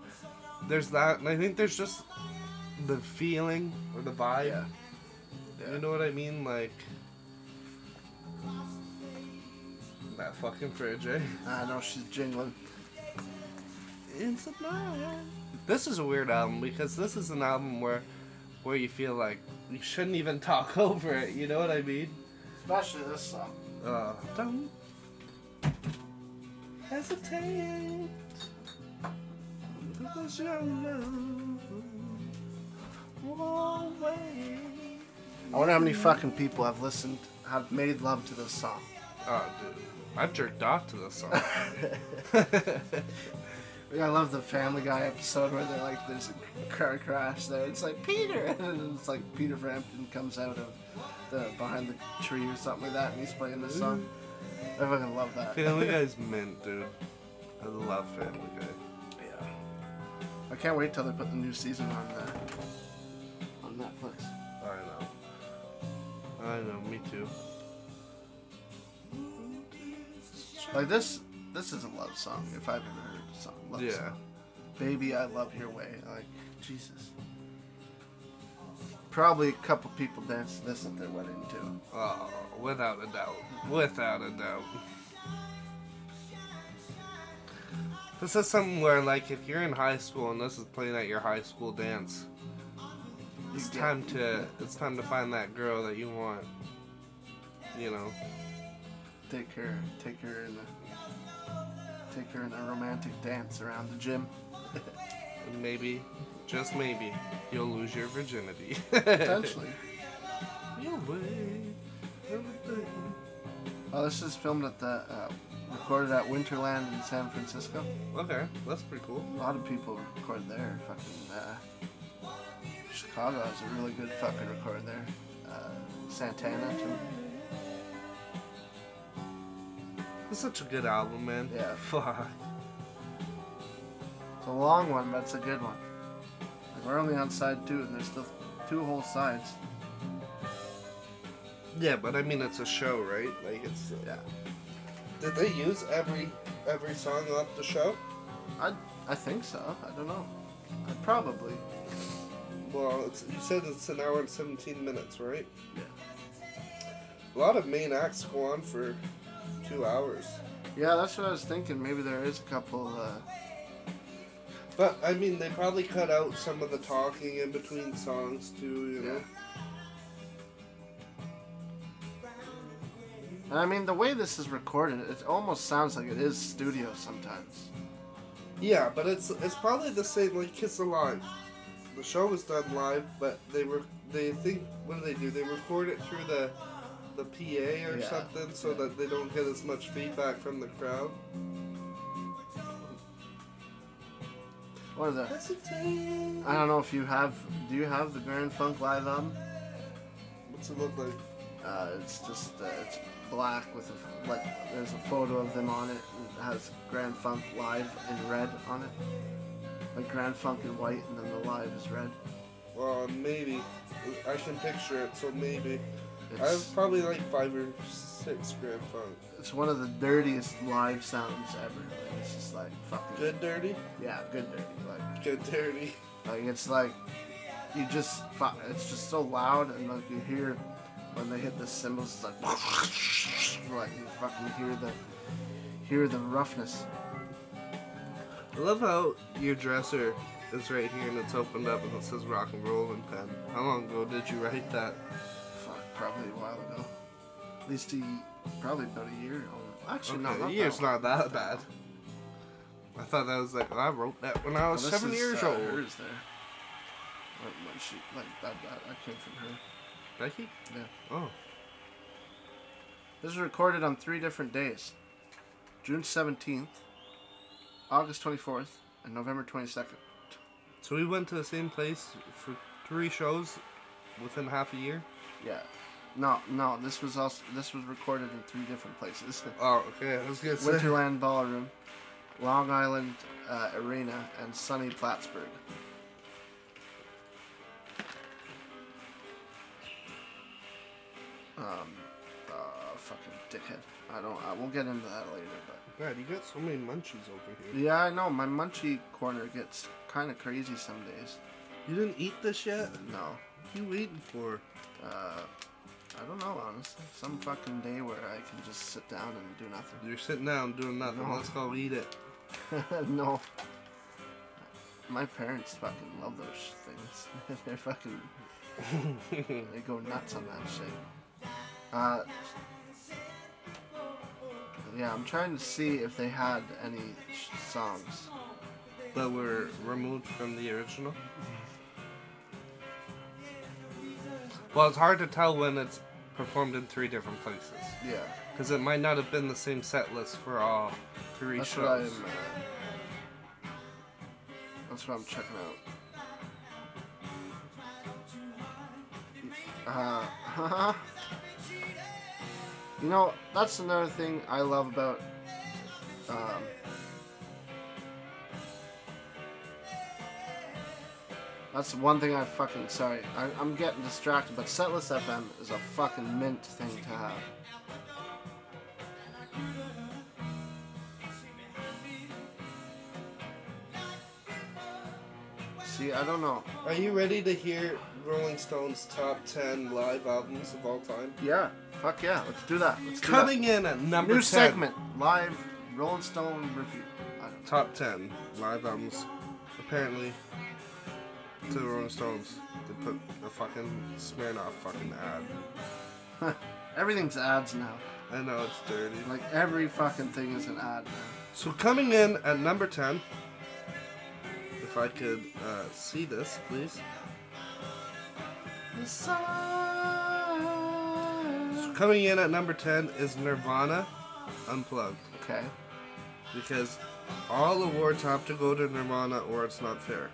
[SPEAKER 2] there's that and I think there's just the feeling or the vibe
[SPEAKER 3] yeah yeah
[SPEAKER 2] you know what I mean like that fucking fridge eh
[SPEAKER 3] I know she's jingling
[SPEAKER 2] It's a night. This is a weird album because this is an album where where you feel like you shouldn't even talk over it, you know what I mean?
[SPEAKER 3] especially this song
[SPEAKER 2] Uh, don't hesitate. Because your love won't wait.
[SPEAKER 3] I wonder how many fucking people have listened have made love to this song
[SPEAKER 2] Oh, dude. I jerked off to this song.
[SPEAKER 3] Like, I love the Family Guy episode where they're like, there's a car crash there. It's like Peter, and it's like Peter Frampton comes out of the behind the tree or something like that, and he's playing this song. I fucking love that.
[SPEAKER 2] Family Guy's mint, dude. I love Family Guy.
[SPEAKER 3] Yeah. I can't wait till they put the new season on uh, on Netflix.
[SPEAKER 2] I know. I know, me too.
[SPEAKER 3] Like this, this is a love song if I've ever heard a song. Love
[SPEAKER 2] Yeah.
[SPEAKER 3] song. Baby, I love your way. Like Jesus. Probably a couple people danced this at their wedding too.
[SPEAKER 2] Oh, without a doubt. Without a doubt. This is something where, like, if you're in high school and this is playing at your high school dance, it's
[SPEAKER 3] get-
[SPEAKER 2] time to it's time to find that girl that you want. You know,
[SPEAKER 3] Take her, take her in a, take her in a romantic dance around the gym.
[SPEAKER 2] and maybe, just maybe, you'll lose your virginity.
[SPEAKER 3] Potentially.
[SPEAKER 2] You'll wait. Everything.
[SPEAKER 3] oh, this is filmed at the, uh, recorded at Winterland in San Francisco.
[SPEAKER 2] Okay, that's pretty cool.
[SPEAKER 3] A lot of people record there. Fucking uh, Chicago has a really good fucking record there. Uh, Santana too.
[SPEAKER 2] It's such a good album, man.
[SPEAKER 3] Yeah.
[SPEAKER 2] Fuck.
[SPEAKER 3] It's a long one, but it's a good one. Like, we're only on side two, and there's still two whole sides.
[SPEAKER 2] Yeah, but I mean, it's a show, right? Like, it's.
[SPEAKER 3] Yeah.
[SPEAKER 2] Did they use every every song off the show?
[SPEAKER 3] I I think so. I don't know. I probably.
[SPEAKER 2] Well, it's, you said it's an hour and 17 minutes, right?
[SPEAKER 3] Yeah.
[SPEAKER 2] A lot of main acts go on for two hours.
[SPEAKER 3] Yeah, that's what I was thinking. Maybe there is a couple. Uh,
[SPEAKER 2] But, I mean, they probably cut out some of the talking in between songs, too, you know?
[SPEAKER 3] And I mean, the way this is recorded, it almost sounds like it is studio sometimes.
[SPEAKER 2] Yeah, but it's it's probably the same, like Kiss Alive. The show was done live, but they were they think what do they do? They record it through the the PA or
[SPEAKER 3] Yeah.
[SPEAKER 2] something so that they don't get as much feedback from the crowd.
[SPEAKER 3] What are the? I don't know if you have. Do you have the Grand Funk live album?
[SPEAKER 2] What's it look like?
[SPEAKER 3] Uh, it's just uh, it's black with a, f- like there's a photo of them on it. And it has Grand Funk live in red on it. Like Grand Funk in white, and then the live is red.
[SPEAKER 2] Well, maybe. I can picture it, so maybe. I was
[SPEAKER 3] It's,
[SPEAKER 2] probably like five or six grand funk.
[SPEAKER 3] it's one of the dirtiest live sounds ever. Like, it's just like fucking
[SPEAKER 2] Good dirty?
[SPEAKER 3] Yeah, good dirty. Like,
[SPEAKER 2] Good dirty.
[SPEAKER 3] like it's like you just fu- it's just so loud and like you hear when they hit the cymbals, it's like like you fucking hear the hear the roughness.
[SPEAKER 2] I love how your dresser is right here and it's opened up and it says rock and roll in pen. How long ago did you write that?
[SPEAKER 3] Fuck, probably a while ago. At least a, probably about a year. Um, actually, no,
[SPEAKER 2] Okay,
[SPEAKER 3] not
[SPEAKER 2] a
[SPEAKER 3] that
[SPEAKER 2] year's
[SPEAKER 3] long.
[SPEAKER 2] not that bad. I thought that was like, I wrote that when I was
[SPEAKER 3] Well, this
[SPEAKER 2] seven
[SPEAKER 3] is,
[SPEAKER 2] years
[SPEAKER 3] uh,
[SPEAKER 2] old.
[SPEAKER 3] hers there. Like, when she, like that, that, I came from her.
[SPEAKER 2] Becky?
[SPEAKER 3] Yeah.
[SPEAKER 2] Oh.
[SPEAKER 3] This was recorded on three different days June 17th, August 24th, and November 22nd.
[SPEAKER 2] So we went to the same place for three shows within half a year?
[SPEAKER 3] Yeah. No, no, this was also this was recorded in three different places.
[SPEAKER 2] Oh, okay. I was gonna say.
[SPEAKER 3] Winterland Ballroom, Long Island uh, Arena, and sunny Plattsburgh. Um, uh, fucking dickhead. I don't. I, we'll get into that later, but
[SPEAKER 2] God, you got so many munchies over here.
[SPEAKER 3] Yeah, I know. My munchie corner gets kind of crazy some days.
[SPEAKER 2] You didn't eat this yet?
[SPEAKER 3] No.
[SPEAKER 2] What you waiting for?
[SPEAKER 3] Uh, I don't know, honestly. Some fucking day where I can just sit down and do nothing.
[SPEAKER 2] You're sitting down doing nothing.
[SPEAKER 3] No.
[SPEAKER 2] Let's go eat it.
[SPEAKER 3] no. My parents fucking love those things. They're fucking. they go nuts on that shit. Uh. Yeah, I'm trying to see if they had any sh- songs.
[SPEAKER 2] That were removed from the original. Well, it's hard to tell when it's performed in three different places.
[SPEAKER 3] Yeah.
[SPEAKER 2] Because it might not have been the same set list for all three
[SPEAKER 3] That's what I'm.
[SPEAKER 2] shows.
[SPEAKER 3] Uh, that's what I'm checking out. Uh, you know, that's another thing I love about. Um, that's one thing I fucking sorry. I, I'm getting distracted, but Setlist FM is a fucking mint thing to have. See, I don't know.
[SPEAKER 2] Are you ready to hear Rolling Stone's top 10 live albums of all time?
[SPEAKER 3] Yeah, fuck yeah, let's do that. Let's do that.
[SPEAKER 2] Coming in at number
[SPEAKER 3] New
[SPEAKER 2] 10.
[SPEAKER 3] segment, live Rolling Stone review. I don't know.
[SPEAKER 2] Top 10 live albums. Apparently, to the Rolling Stones, they put a fucking Smirnoff fucking ad.
[SPEAKER 3] Everything's ads now.
[SPEAKER 2] I know it's dirty.
[SPEAKER 3] Like every fucking thing is an ad now.
[SPEAKER 2] So coming in at number 10, if I could uh, see this, please.
[SPEAKER 3] The sun.
[SPEAKER 2] So coming in at number 10 is Nirvana Unplugged.
[SPEAKER 3] Okay.
[SPEAKER 2] Because all awards have to go to Nirvana or it's not fair.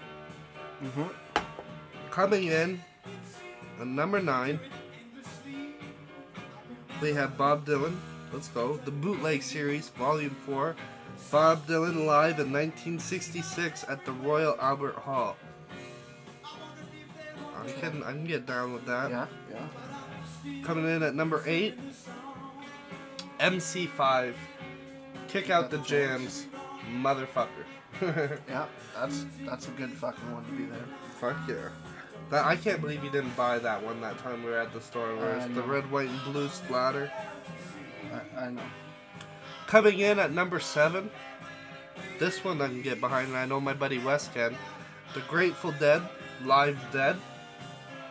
[SPEAKER 3] Mhm.
[SPEAKER 2] Coming in at number 9, we have Bob Dylan. Let's go. The Bootleg Series, Volume 4. Bob Dylan live in 1966 at the Royal Albert Hall. I can, I can get down with that.
[SPEAKER 3] Yeah. Yeah.
[SPEAKER 2] Coming in at number eight, MC5, Kick Out the Jams, motherfucker.
[SPEAKER 3] Yeah. That's that's a good fucking one to be there.
[SPEAKER 2] Fuck yeah. That, I can't believe you didn't buy that one that time we were at the store where it's
[SPEAKER 3] I
[SPEAKER 2] the
[SPEAKER 3] know.
[SPEAKER 2] red, white, and blue splatter.
[SPEAKER 3] I, I know.
[SPEAKER 2] Coming in at number seven, this one I can get behind, and I know my buddy Wes can. The Grateful Dead, Live Dead.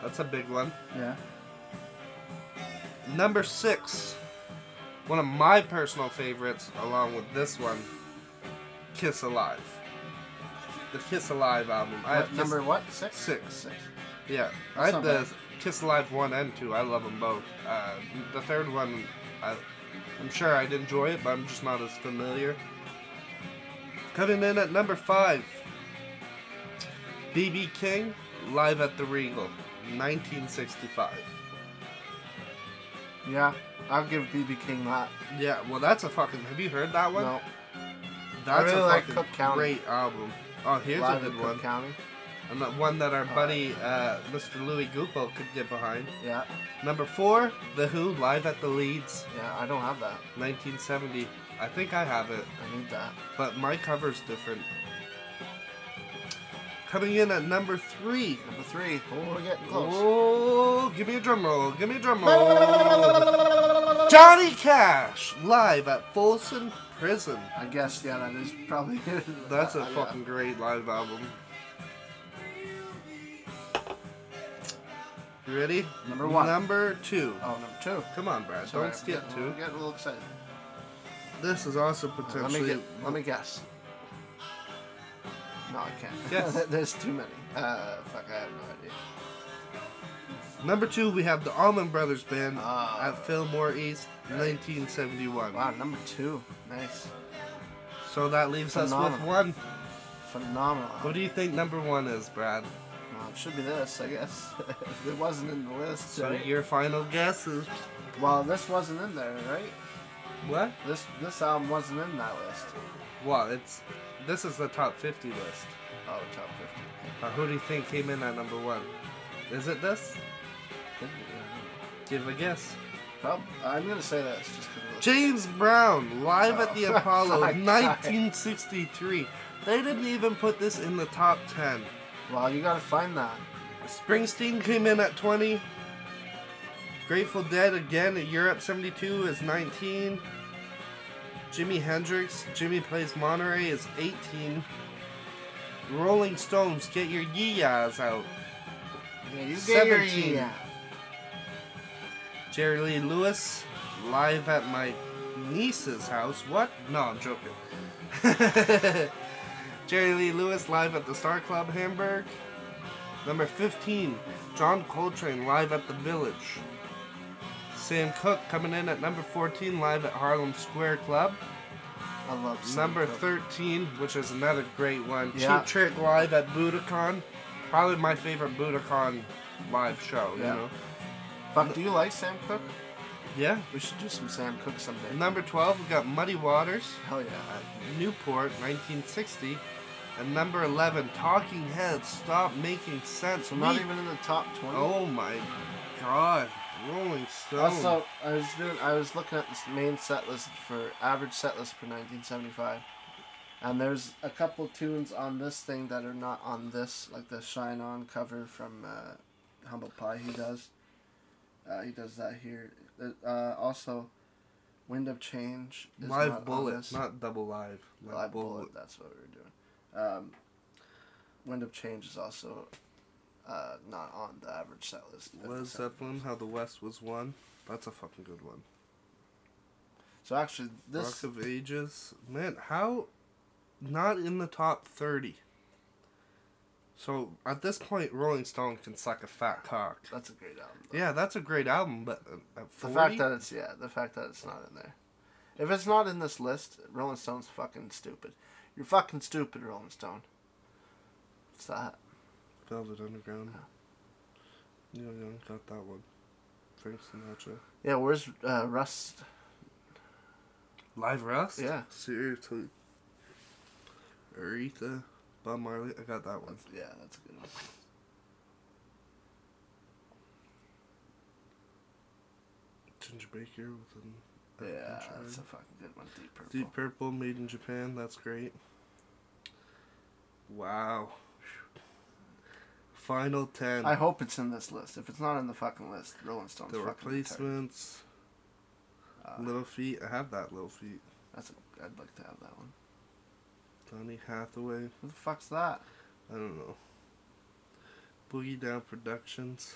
[SPEAKER 2] That's a big one.
[SPEAKER 3] Yeah.
[SPEAKER 2] Number six, one of my personal favorites, along with this one, Kiss Alive. The Kiss Alive album. I
[SPEAKER 3] What,
[SPEAKER 2] have
[SPEAKER 3] number
[SPEAKER 2] Kiss,
[SPEAKER 3] what? Six.
[SPEAKER 2] Six.
[SPEAKER 3] Six.
[SPEAKER 2] Yeah, I
[SPEAKER 3] That's
[SPEAKER 2] have
[SPEAKER 3] not
[SPEAKER 2] the
[SPEAKER 3] bad.
[SPEAKER 2] Kiss Alive one and two. I love them both. Uh, the third one, I, I'm sure I'd enjoy it, but I'm just not as familiar. Coming in at number five, BB King, live at the Regal, 1965.
[SPEAKER 3] Yeah. I'll give BB King that.
[SPEAKER 2] Yeah, well, that's a fucking. Have you heard that one?
[SPEAKER 3] No.
[SPEAKER 2] That's
[SPEAKER 3] I really
[SPEAKER 2] a
[SPEAKER 3] like
[SPEAKER 2] fucking
[SPEAKER 3] Cook County.
[SPEAKER 2] great album. Oh, here's
[SPEAKER 3] Live
[SPEAKER 2] a
[SPEAKER 3] in
[SPEAKER 2] good
[SPEAKER 3] Cook
[SPEAKER 2] one.
[SPEAKER 3] County.
[SPEAKER 2] and the one that our buddy uh, Mr. Louis Gupo could get behind.
[SPEAKER 3] Yeah,
[SPEAKER 2] Number four, The Who live at the Leeds,
[SPEAKER 3] yeah, I don't have that.
[SPEAKER 2] 1970. I think I have it,
[SPEAKER 3] I need that.
[SPEAKER 2] but my cover's different. Coming in at number three.
[SPEAKER 3] Number three. Oh, we're getting close.
[SPEAKER 2] Oh, give me a drum roll. Give me a drum roll. Johnny Cash live at Folsom Prison.
[SPEAKER 3] I guess yeah, that is probably.
[SPEAKER 2] That's a
[SPEAKER 3] Ah, yeah.
[SPEAKER 2] fucking great live album. You ready?
[SPEAKER 3] Number one.
[SPEAKER 2] Number two.
[SPEAKER 3] Oh, number two.
[SPEAKER 2] Come on, Brad.
[SPEAKER 3] Sorry,
[SPEAKER 2] Don't skip
[SPEAKER 3] I'm getting,
[SPEAKER 2] two.
[SPEAKER 3] I'm getting a little excited.
[SPEAKER 2] This is also
[SPEAKER 3] Let me
[SPEAKER 2] potentially.
[SPEAKER 3] get, let me guess. No, I can't.
[SPEAKER 2] Guess.
[SPEAKER 3] There's too many. Uh, fuck, I have no idea.
[SPEAKER 2] Number two, we have the Allman Brothers Band
[SPEAKER 3] Ah.
[SPEAKER 2] at Fillmore East,
[SPEAKER 3] Right.
[SPEAKER 2] 1971.
[SPEAKER 3] Wow, number two. Nice.
[SPEAKER 2] So that leaves us with
[SPEAKER 3] Phenomenal.
[SPEAKER 2] one.
[SPEAKER 3] Phenomenal.
[SPEAKER 2] What do you think number one is, Brad?
[SPEAKER 3] Well, it should be this, I guess. if it wasn't in the list.
[SPEAKER 2] So
[SPEAKER 3] right?
[SPEAKER 2] your final guess is
[SPEAKER 3] Well, this wasn't in there, right?
[SPEAKER 2] what?
[SPEAKER 3] This this album wasn't in that list.
[SPEAKER 2] Well, it's this is the top 50 list.
[SPEAKER 3] Oh, top 50.
[SPEAKER 2] Uh, who do you think came in at number one? Is it this?
[SPEAKER 3] Could be. I don't
[SPEAKER 2] Give
[SPEAKER 3] know.
[SPEAKER 2] a guess.
[SPEAKER 3] Prob- I'm going to say this just because
[SPEAKER 2] James Brown live at the
[SPEAKER 3] Oh,
[SPEAKER 2] Apollo,
[SPEAKER 3] fuck.
[SPEAKER 2] 1963. They didn't even put this in the top 10.
[SPEAKER 3] Well, you got to find that.
[SPEAKER 2] Springsteen came in at 20. Grateful Dead again at Europe 72 is 19. Jimi Hendrix, Jimmy Plays Monterey is 18. Rolling Stones, get your yee ya's out.
[SPEAKER 3] Yeah, you get your
[SPEAKER 2] 17.
[SPEAKER 3] yeah.
[SPEAKER 2] Jerry Lee Lewis, live at my niece's house. What? No, I'm joking. Jerry Lee Lewis, live at the Star Club Hamburg. Number 15, John Coltrane, live at the Village. Sam Cooke coming in at number 14, live at Harlem Square Club.
[SPEAKER 3] I love Sam
[SPEAKER 2] Number
[SPEAKER 3] Cooke.
[SPEAKER 2] 13, which is another great one,
[SPEAKER 3] Yeah.
[SPEAKER 2] Cheap Trick live at Budokan. Probably my favorite Budokan live show,
[SPEAKER 3] Yeah.
[SPEAKER 2] you know?
[SPEAKER 3] Fuck, do you like Sam Cooke?
[SPEAKER 2] Yeah.
[SPEAKER 3] We should do some Sam Cooke someday.
[SPEAKER 2] Number 12, we got Muddy Waters,
[SPEAKER 3] Hell yeah.
[SPEAKER 2] Newport, 1960. And number 11, Talking Heads, Stop Making Sense.
[SPEAKER 3] So not
[SPEAKER 2] We-
[SPEAKER 3] even in the top 20.
[SPEAKER 2] Oh my god. Rolling Stone.
[SPEAKER 3] Also, I was doing. I was looking at this main set list for average set list for 1975, and there's a couple tunes on this thing that are not on this, like the "Shine On" cover from uh, Humble Pie. He does. Uh, he does that here. Uh, also, "Wind of Change." Is not on
[SPEAKER 2] live Bullet,
[SPEAKER 3] this.
[SPEAKER 2] not Double Live. Live,
[SPEAKER 3] Live
[SPEAKER 2] Bullet.
[SPEAKER 3] Bullet. That's what we were doing. Um, "Wind of Change" is also uh, not on the average set list.
[SPEAKER 2] Led Zeppelin, How the West Was Won. That's a fucking good one.
[SPEAKER 3] So actually, this
[SPEAKER 2] Rock of Ages. Man, how not in the top 30? So at this point, Rolling Stone can suck a fat cock.
[SPEAKER 3] that's a great album.
[SPEAKER 2] Yeah, that's a great album, but uh, at
[SPEAKER 3] The
[SPEAKER 2] 40?
[SPEAKER 3] fact that it's yeah, the fact that it's not in there. If it's not in this list, Rolling Stone's fucking stupid. You're fucking stupid, Rolling Stone. What's that?
[SPEAKER 2] Velvet Underground. Neil Young got that one. Frank Sinatra.
[SPEAKER 3] Yeah, where's uh, Rust?
[SPEAKER 2] Live Rust?
[SPEAKER 3] Yeah.
[SPEAKER 2] Seriously. Aretha. Bob Marley. I got that one.
[SPEAKER 3] That's, yeah, that's a good one.
[SPEAKER 2] Ginger Baker with an.
[SPEAKER 3] Yeah,
[SPEAKER 2] Adventure.
[SPEAKER 3] that's a fucking good one. Deep Purple.
[SPEAKER 2] Deep Purple, Made in Japan. That's great. Wow. Final 10.
[SPEAKER 3] I hope it's in this list. If it's not in the fucking list, Rolling Stone's
[SPEAKER 2] the
[SPEAKER 3] fucking retarded.
[SPEAKER 2] replacements.
[SPEAKER 3] Uh,
[SPEAKER 2] Little Feet. I have that Little Feet.
[SPEAKER 3] That's a, I'd like to have that one.
[SPEAKER 2] Donny Hathaway.
[SPEAKER 3] Who the fuck's that?
[SPEAKER 2] I don't know. Boogie Down Productions.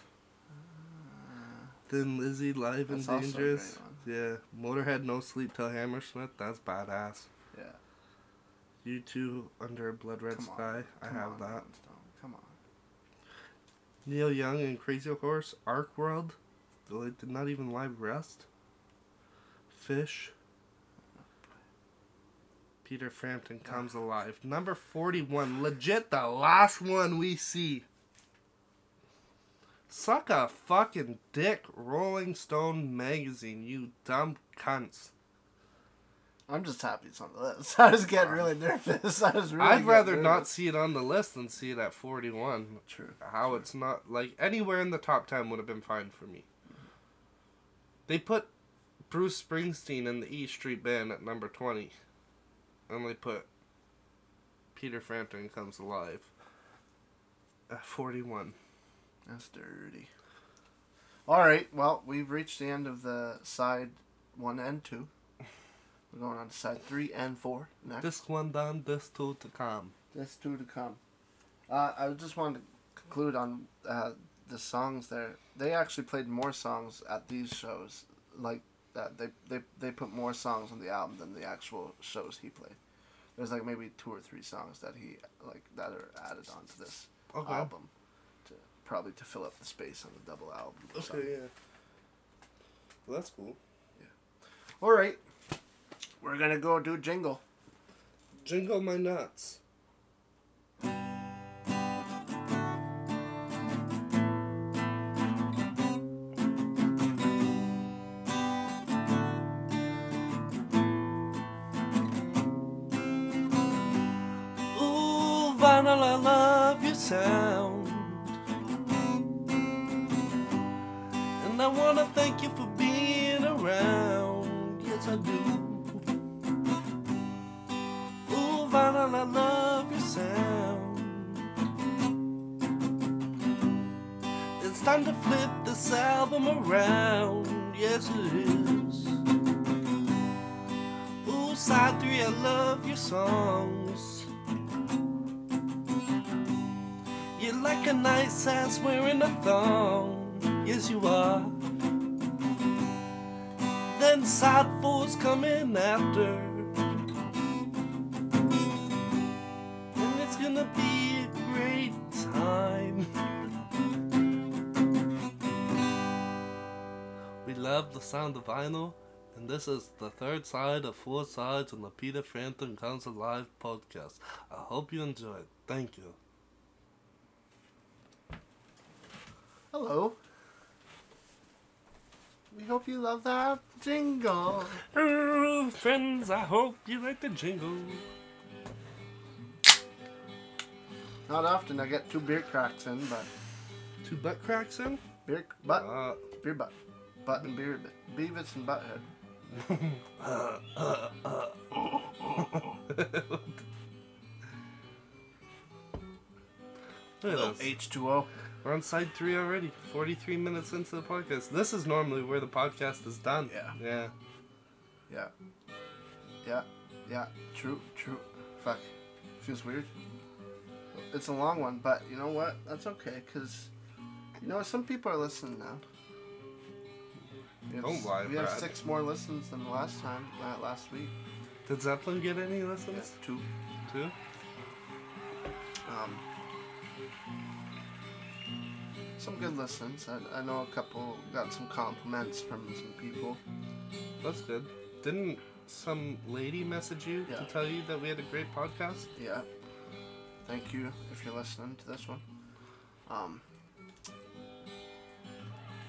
[SPEAKER 2] Thin Lizzy, Live and
[SPEAKER 3] That's also a
[SPEAKER 2] Dangerous.
[SPEAKER 3] great
[SPEAKER 2] Yeah. Motorhead, No Sleep Till Hammersmith. That's badass.
[SPEAKER 3] Yeah.
[SPEAKER 2] You 2 Under a Blood Red
[SPEAKER 3] come on.
[SPEAKER 2] Sky. I
[SPEAKER 3] Come
[SPEAKER 2] have
[SPEAKER 3] on,
[SPEAKER 2] that.
[SPEAKER 3] Rolling Stone. Come on.
[SPEAKER 2] Neil Young and Crazy Horse. Ark World. They did not even live rest. Fish. Peter Frampton comes alive. Number 41. Legit the last one we see. Suck a fucking dick, Rolling Stone magazine, you dumb cunts.
[SPEAKER 3] I'm just happy it's on the list. I was getting really nervous. I was really.
[SPEAKER 2] I'd rather
[SPEAKER 3] getting
[SPEAKER 2] not
[SPEAKER 3] nervous.
[SPEAKER 2] see it on the list than see it at 41.
[SPEAKER 3] True.
[SPEAKER 2] How it's not like anywhere in the top 10 would have been fine for me. They put Bruce Springsteen and the E Street Band at number 20, and they put Peter Frampton Comes Alive at 41.
[SPEAKER 3] That's dirty. All right. Well, we've reached the end of the side one and two. We're going on to side three and four next.
[SPEAKER 2] This one done, this two to come.
[SPEAKER 3] That's two to come. Uh, I just wanted to conclude on uh, the songs there. They actually played more songs at these shows. Like that, they they they put more songs on the album than the actual shows he played. There's like maybe two or three songs that he like that are added onto this
[SPEAKER 2] Okay.
[SPEAKER 3] album, to probably to fill up the space on the double album. or something.
[SPEAKER 2] yeah. Well, that's cool.
[SPEAKER 3] All right, we're gonna go do jingle.
[SPEAKER 2] Jingle my nuts. Ooh, vinyl, I love your sound. And I wanna thank you for being around. Yes, I do. Ooh, vinyl, I love your sound. It's time to flip this album around. Yes, it is. Ooh, side three, I love your songs. You're like a nice ass wearing a thong. Yes, you are. Then side four's coming after. and it's gonna be a great time. We love the sound of vinyl, and this is the third side of four sides on the Peter Frampton Comes Alive podcast. I hope you enjoy it. Thank you.
[SPEAKER 3] Hello. We hope you love that jingle.
[SPEAKER 2] Hello, friends. I hope you like the jingle.
[SPEAKER 3] Not often I get two beer cracks in, but
[SPEAKER 2] Two butt cracks in?
[SPEAKER 3] beer butt,
[SPEAKER 2] Uh,
[SPEAKER 3] beer butt, butt and beer, beavits and butthead.
[SPEAKER 2] look at this.
[SPEAKER 3] H two O.
[SPEAKER 2] We're on side three already. Forty-three minutes into the podcast. This is normally where the podcast is done.
[SPEAKER 3] Yeah.
[SPEAKER 2] Yeah.
[SPEAKER 3] Yeah, yeah, yeah. True, true. Fuck, feels weird. It's a long one, but you know what? That's okay, cause you know some people are listening now. We have,
[SPEAKER 2] Don't
[SPEAKER 3] s-
[SPEAKER 2] lie,
[SPEAKER 3] We have
[SPEAKER 2] Brad.
[SPEAKER 3] six more listens than last time, uh, last week.
[SPEAKER 2] Did Zeppelin get any listens
[SPEAKER 3] Two.
[SPEAKER 2] too?
[SPEAKER 3] Um, some good listens. I, I know a couple got some compliments from some people.
[SPEAKER 2] That's good. Didn't some lady message you
[SPEAKER 3] Yeah.
[SPEAKER 2] to tell you that we had a great podcast?
[SPEAKER 3] Yeah. Thank you if you're listening to this one. Um,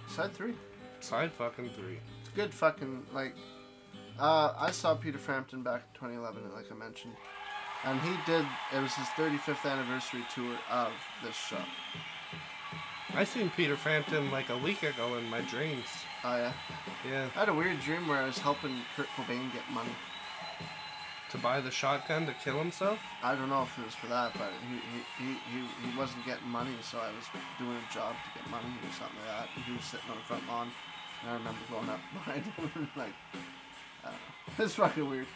[SPEAKER 3] side three.
[SPEAKER 2] Side fucking three.
[SPEAKER 3] It's good fucking, like, uh, I saw Peter Frampton back in 2011, like I mentioned. And he did, it was his 35th anniversary tour of this show.
[SPEAKER 2] I seen Peter Frampton like a week ago in my dreams.
[SPEAKER 3] Oh, yeah.
[SPEAKER 2] Yeah.
[SPEAKER 3] I had a weird dream where I was helping Kurt Cobain get money.
[SPEAKER 2] To buy the shotgun to kill himself?
[SPEAKER 3] I don't know if it was for that, but he he, he, he, he wasn't getting money, so I was doing a job to get money or something like that. And he was sitting on the front lawn, and I remember going up behind him and like, uh, it's fucking weird.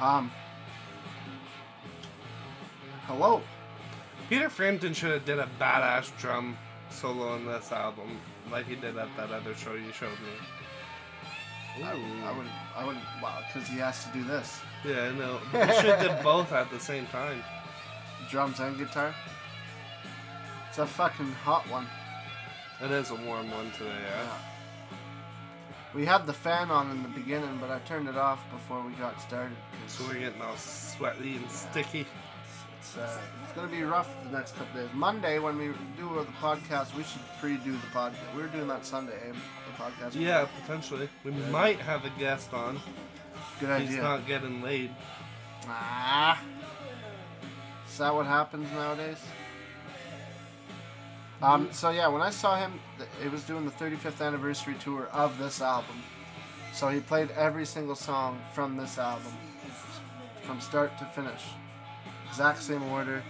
[SPEAKER 3] Um. Hello.
[SPEAKER 2] Peter Frampton should have did a badass drum solo on this album, like he did at that other show you showed me.
[SPEAKER 3] I, I would I would wow because he has to do this
[SPEAKER 2] Yeah, I know. You should do both at the same time.
[SPEAKER 3] drums and guitar. It's a fucking hot one.
[SPEAKER 2] It is a warm one today, yeah.
[SPEAKER 3] We had the fan on in the beginning, but I turned it off before we got started. 'cause
[SPEAKER 2] So we're getting all sweaty and sticky.
[SPEAKER 3] it's, it's it's uh, it's gonna be rough the next couple days. Monday when we do the podcast, we should pre-do the podcast. We were doing that Sunday, eh? the podcast.
[SPEAKER 2] Yeah, potentially. We might have a guest on.
[SPEAKER 3] good
[SPEAKER 2] He's
[SPEAKER 3] idea.
[SPEAKER 2] not getting laid.
[SPEAKER 3] Ah, is that what happens nowadays? Um, so yeah, when I saw him, th- it was doing the 35th anniversary tour of this album. So he played every single song from this album, from start to finish, exact same order.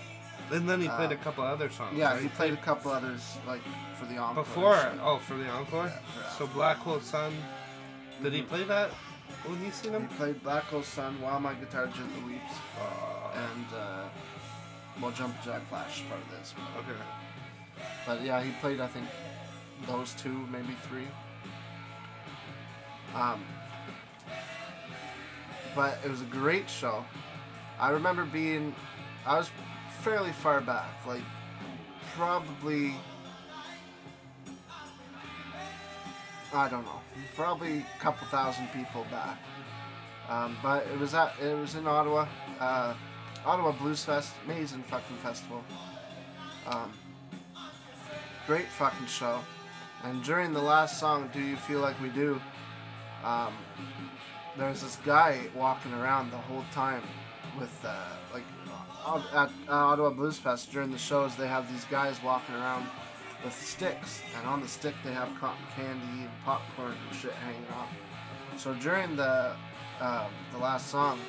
[SPEAKER 2] And then he
[SPEAKER 3] Uh,
[SPEAKER 2] played a couple other songs.
[SPEAKER 3] Yeah,
[SPEAKER 2] right?
[SPEAKER 3] he played a couple others like for the encore.
[SPEAKER 2] before.
[SPEAKER 3] and
[SPEAKER 2] Oh, for the encore.
[SPEAKER 3] for
[SPEAKER 2] so
[SPEAKER 3] Encore.
[SPEAKER 2] Black Hole Sun. Did he play that when you seen
[SPEAKER 3] shit. He
[SPEAKER 2] him?
[SPEAKER 3] played Black Hole Sun, While My Guitar Gently Weeps,
[SPEAKER 2] Uh,
[SPEAKER 3] and uh, well, Jump Jack Flash is part of this. But,
[SPEAKER 2] okay.
[SPEAKER 3] but yeah, he played I think those two, maybe three. Um, but it was a great show. I remember being, I was fairly far back, like probably, I don't know, probably a couple thousand people back. Um, but it was at, it was in Ottawa, uh, Ottawa Blues Fest, amazing fucking festival. Um, great fucking show. And during the last song, Do You Feel Like We Do, um, there's this guy walking around the whole time with, uh, like, uh, at uh, Ottawa Blues Fest during the shows, they have these guys walking around with sticks, and on the stick they have cotton candy and popcorn and shit hanging off. So during the um, the last song,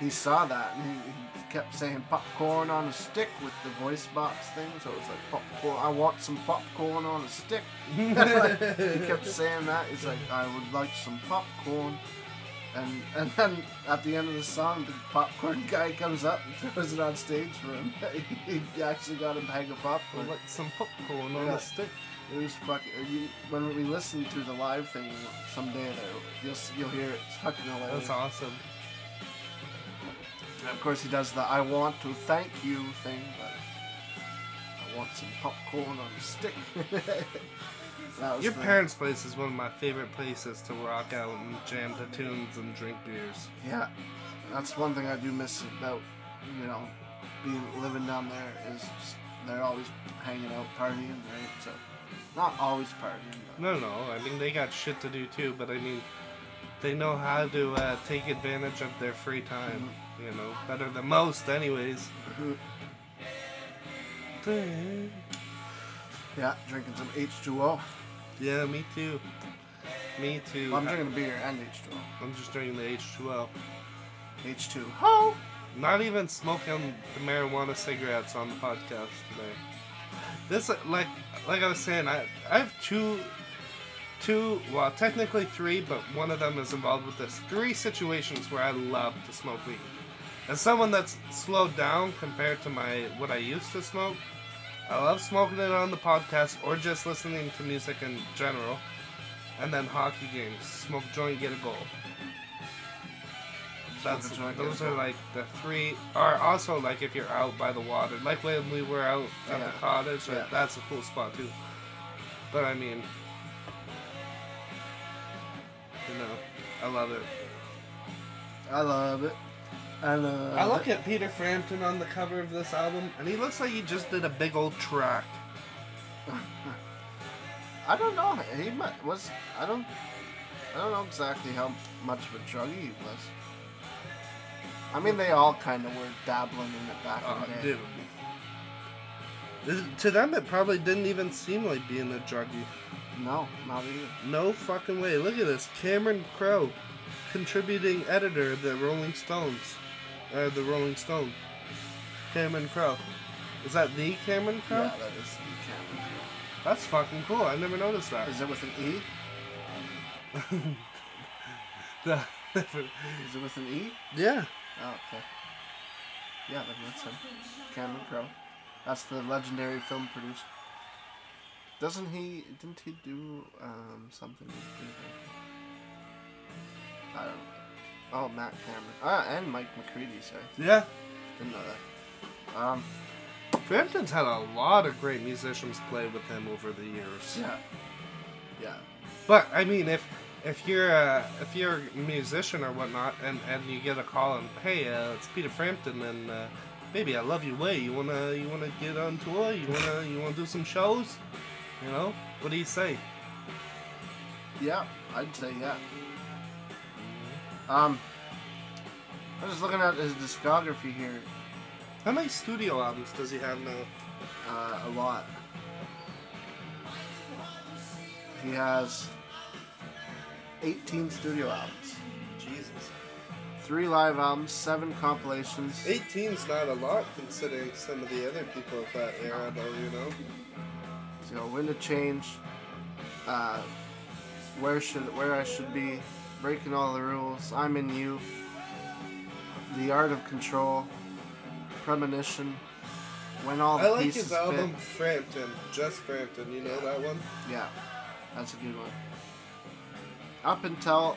[SPEAKER 3] he saw that and he, he kept saying popcorn on a stick with the voice box thing. So it was like popcorn. I want some popcorn on a stick. Like, he kept saying that. He's like, I would like some popcorn. And and then at the end of the song, the popcorn guy comes up and throws it on stage for him. he actually got a bag of popcorn.
[SPEAKER 2] Like some popcorn on
[SPEAKER 3] Yeah.
[SPEAKER 2] a stick.
[SPEAKER 3] It was fucking. You, when we listen to the live thing someday, there you'll s- you'll hear it. It's fucking hilarious.
[SPEAKER 2] That's awesome.
[SPEAKER 3] And of course, he does the "I want to thank you" thing, but I want some popcorn on a stick. that was
[SPEAKER 2] Your
[SPEAKER 3] the-
[SPEAKER 2] parents' place is one of my favorite places to rock out and jam to tunes and drink beers.
[SPEAKER 3] Yeah, that's one thing I do miss about you know being living down there is just, they're always hanging out partying, right? So not always partying, but
[SPEAKER 2] No, no, I mean they got shit to do too, but I mean they know how to uh, take advantage of their free time.
[SPEAKER 3] Mm-hmm.
[SPEAKER 2] You know, better than most, anyways.
[SPEAKER 3] Mm-hmm. yeah, drinking some H2O.
[SPEAKER 2] Yeah, me too. Me too.
[SPEAKER 3] Well, I'm drinking a beer and H2O.
[SPEAKER 2] I'm just drinking the H2O.
[SPEAKER 3] H2. Ho!
[SPEAKER 2] Not even smoking the marijuana cigarettes on the podcast today. This like like I was saying, I I have two two well technically three, but one of them is involved with this. Three situations where I love to smoke weed. As someone that's slowed down compared to my what I used to smoke, I love smoking it on the podcast or just listening to music in general. And then hockey games. Smoke a joint, get a goal. That's
[SPEAKER 3] Smoke a joint, get a
[SPEAKER 2] those are
[SPEAKER 3] goal.
[SPEAKER 2] like the three or also like if you're out by the water. Like when we were out at
[SPEAKER 3] Yeah.
[SPEAKER 2] the cottage, like,
[SPEAKER 3] Yeah.
[SPEAKER 2] that's a cool spot too. But I mean you know, I love it.
[SPEAKER 3] I love it. I love
[SPEAKER 2] I look at Peter Frampton on the cover of this album, and he looks like he just did a big old track.
[SPEAKER 3] I don't know. He mu- was. I don't. I don't know exactly how much of a druggie he was. I mean, they all kind of were dabbling in it back
[SPEAKER 2] Oh,
[SPEAKER 3] in the day.
[SPEAKER 2] dude. This- To them, it probably didn't even seem like being a druggie.
[SPEAKER 3] No, not even.
[SPEAKER 2] No fucking way. Look at this. Cameron Crowe, contributing editor of the Rolling Stones. Uh, the Rolling Stone. Cameron Crowe. Is that the Cameron Crowe?
[SPEAKER 3] Yeah, that is the camera.
[SPEAKER 2] That's fucking cool. I never noticed that.
[SPEAKER 3] Is it with an E? Is it with an E?
[SPEAKER 2] yeah.
[SPEAKER 3] Oh, okay. Yeah, then that's him. Cameron Crowe. That's the legendary film producer. Doesn't he? Didn't he do um, something with Green Lantern? I don't. Oh, Matt Cameron. Ah, and Mike McCready. Sorry,
[SPEAKER 2] Yeah.
[SPEAKER 3] didn't know that. Um,
[SPEAKER 2] Frampton's had a lot of great musicians play with him over the years.
[SPEAKER 3] yeah, yeah,
[SPEAKER 2] But I mean, if if you're a, if you're a musician or whatnot, and, and you get a call and hey, uh, it's Peter Frampton, and uh, baby, I love your way. You wanna you wanna get on tour? You wanna you wanna do some shows? You know? What do you say?
[SPEAKER 3] Yeah, I'd say yeah. Um, I was just looking at his discography here.
[SPEAKER 2] How many studio albums does he have now?
[SPEAKER 3] Uh, a lot. He has 18 studio albums,
[SPEAKER 2] Jesus.
[SPEAKER 3] three live albums, seven compilations.
[SPEAKER 2] 18's not a lot considering some of the other people of that era though, you know?
[SPEAKER 3] you know when to change uh, where should where i should be breaking all the rules i'm in you the art of control premonition when all the
[SPEAKER 2] I like
[SPEAKER 3] pieces
[SPEAKER 2] his album
[SPEAKER 3] fit
[SPEAKER 2] Frampton, just Frampton, you know that one?
[SPEAKER 3] yeah that's a good one up until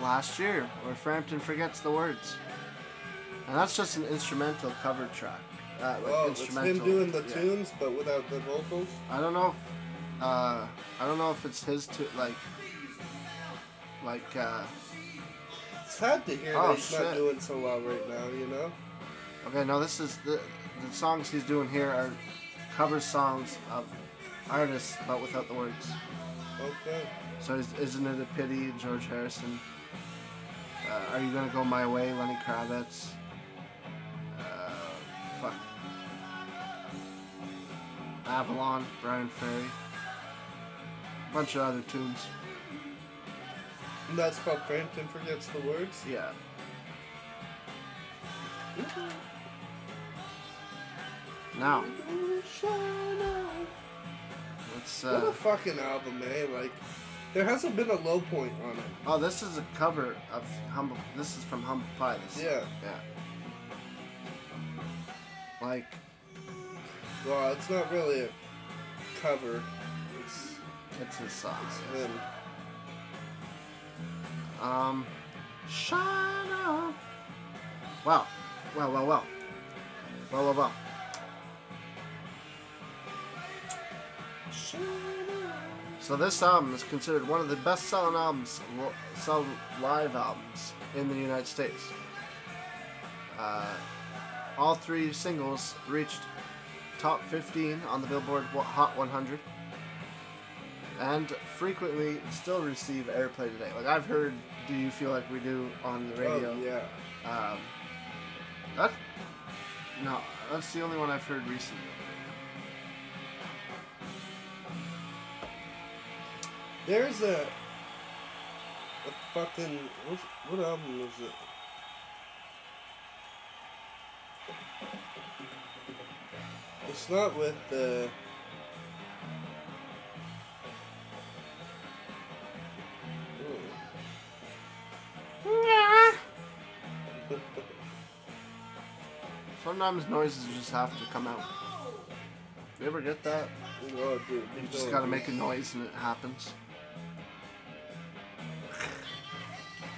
[SPEAKER 3] last year where frampton forgets the words and that's just an instrumental cover track uh, like
[SPEAKER 2] Oh, it's
[SPEAKER 3] instrumental.
[SPEAKER 2] him doing the
[SPEAKER 3] yeah.
[SPEAKER 2] tunes but without the vocals.
[SPEAKER 3] I don't know. If, uh, I don't know if it's his to like, like uh,
[SPEAKER 2] It's sad to hear
[SPEAKER 3] Oh,
[SPEAKER 2] that he's not
[SPEAKER 3] shit.
[SPEAKER 2] doing so well right now, you know?
[SPEAKER 3] okay. No, this is the the songs he's doing here are cover songs of artists, but without the words.
[SPEAKER 2] Okay.
[SPEAKER 3] So is, isn't it a pity, George Harrison? Uh, are you gonna go my way, Lenny Kravitz? Uh, fuck. Avalon, Brian Ferry, bunch of other tunes.
[SPEAKER 2] And that's called Frampton Forgets the Words?
[SPEAKER 3] Yeah. Now, let's.
[SPEAKER 2] What
[SPEAKER 3] Uh,
[SPEAKER 2] a fucking album, eh? Like, there hasn't been a low point on it.
[SPEAKER 3] oh, this is a cover of Humble. This is from Humble Pie. This,
[SPEAKER 2] Yeah.
[SPEAKER 3] Yeah. Like,
[SPEAKER 2] Well, it's not really a cover. It's,
[SPEAKER 3] it's his song.
[SPEAKER 2] it's
[SPEAKER 3] yes.
[SPEAKER 2] him.
[SPEAKER 3] Um, shine up. Wow. Wow, wow, wow. Wow, wow, wow. So this album is considered one of the best-selling albums, lo- sell live albums in the United States. Uh, all three singles reached top 15 on the Billboard Wa- Hot 100, and frequently still receive airplay today. Like I've heard, "Do You Feel Like We Do" on the radio.
[SPEAKER 2] Oh, yeah.
[SPEAKER 3] Um, that no, that's the only one I've heard recently.
[SPEAKER 2] There's a. A fucking. What's, what album is it? It's not with the.
[SPEAKER 3] Sometimes noises just have to come out. You ever get that?
[SPEAKER 2] Oh, dude,
[SPEAKER 3] You just gotta make a noise and it happens.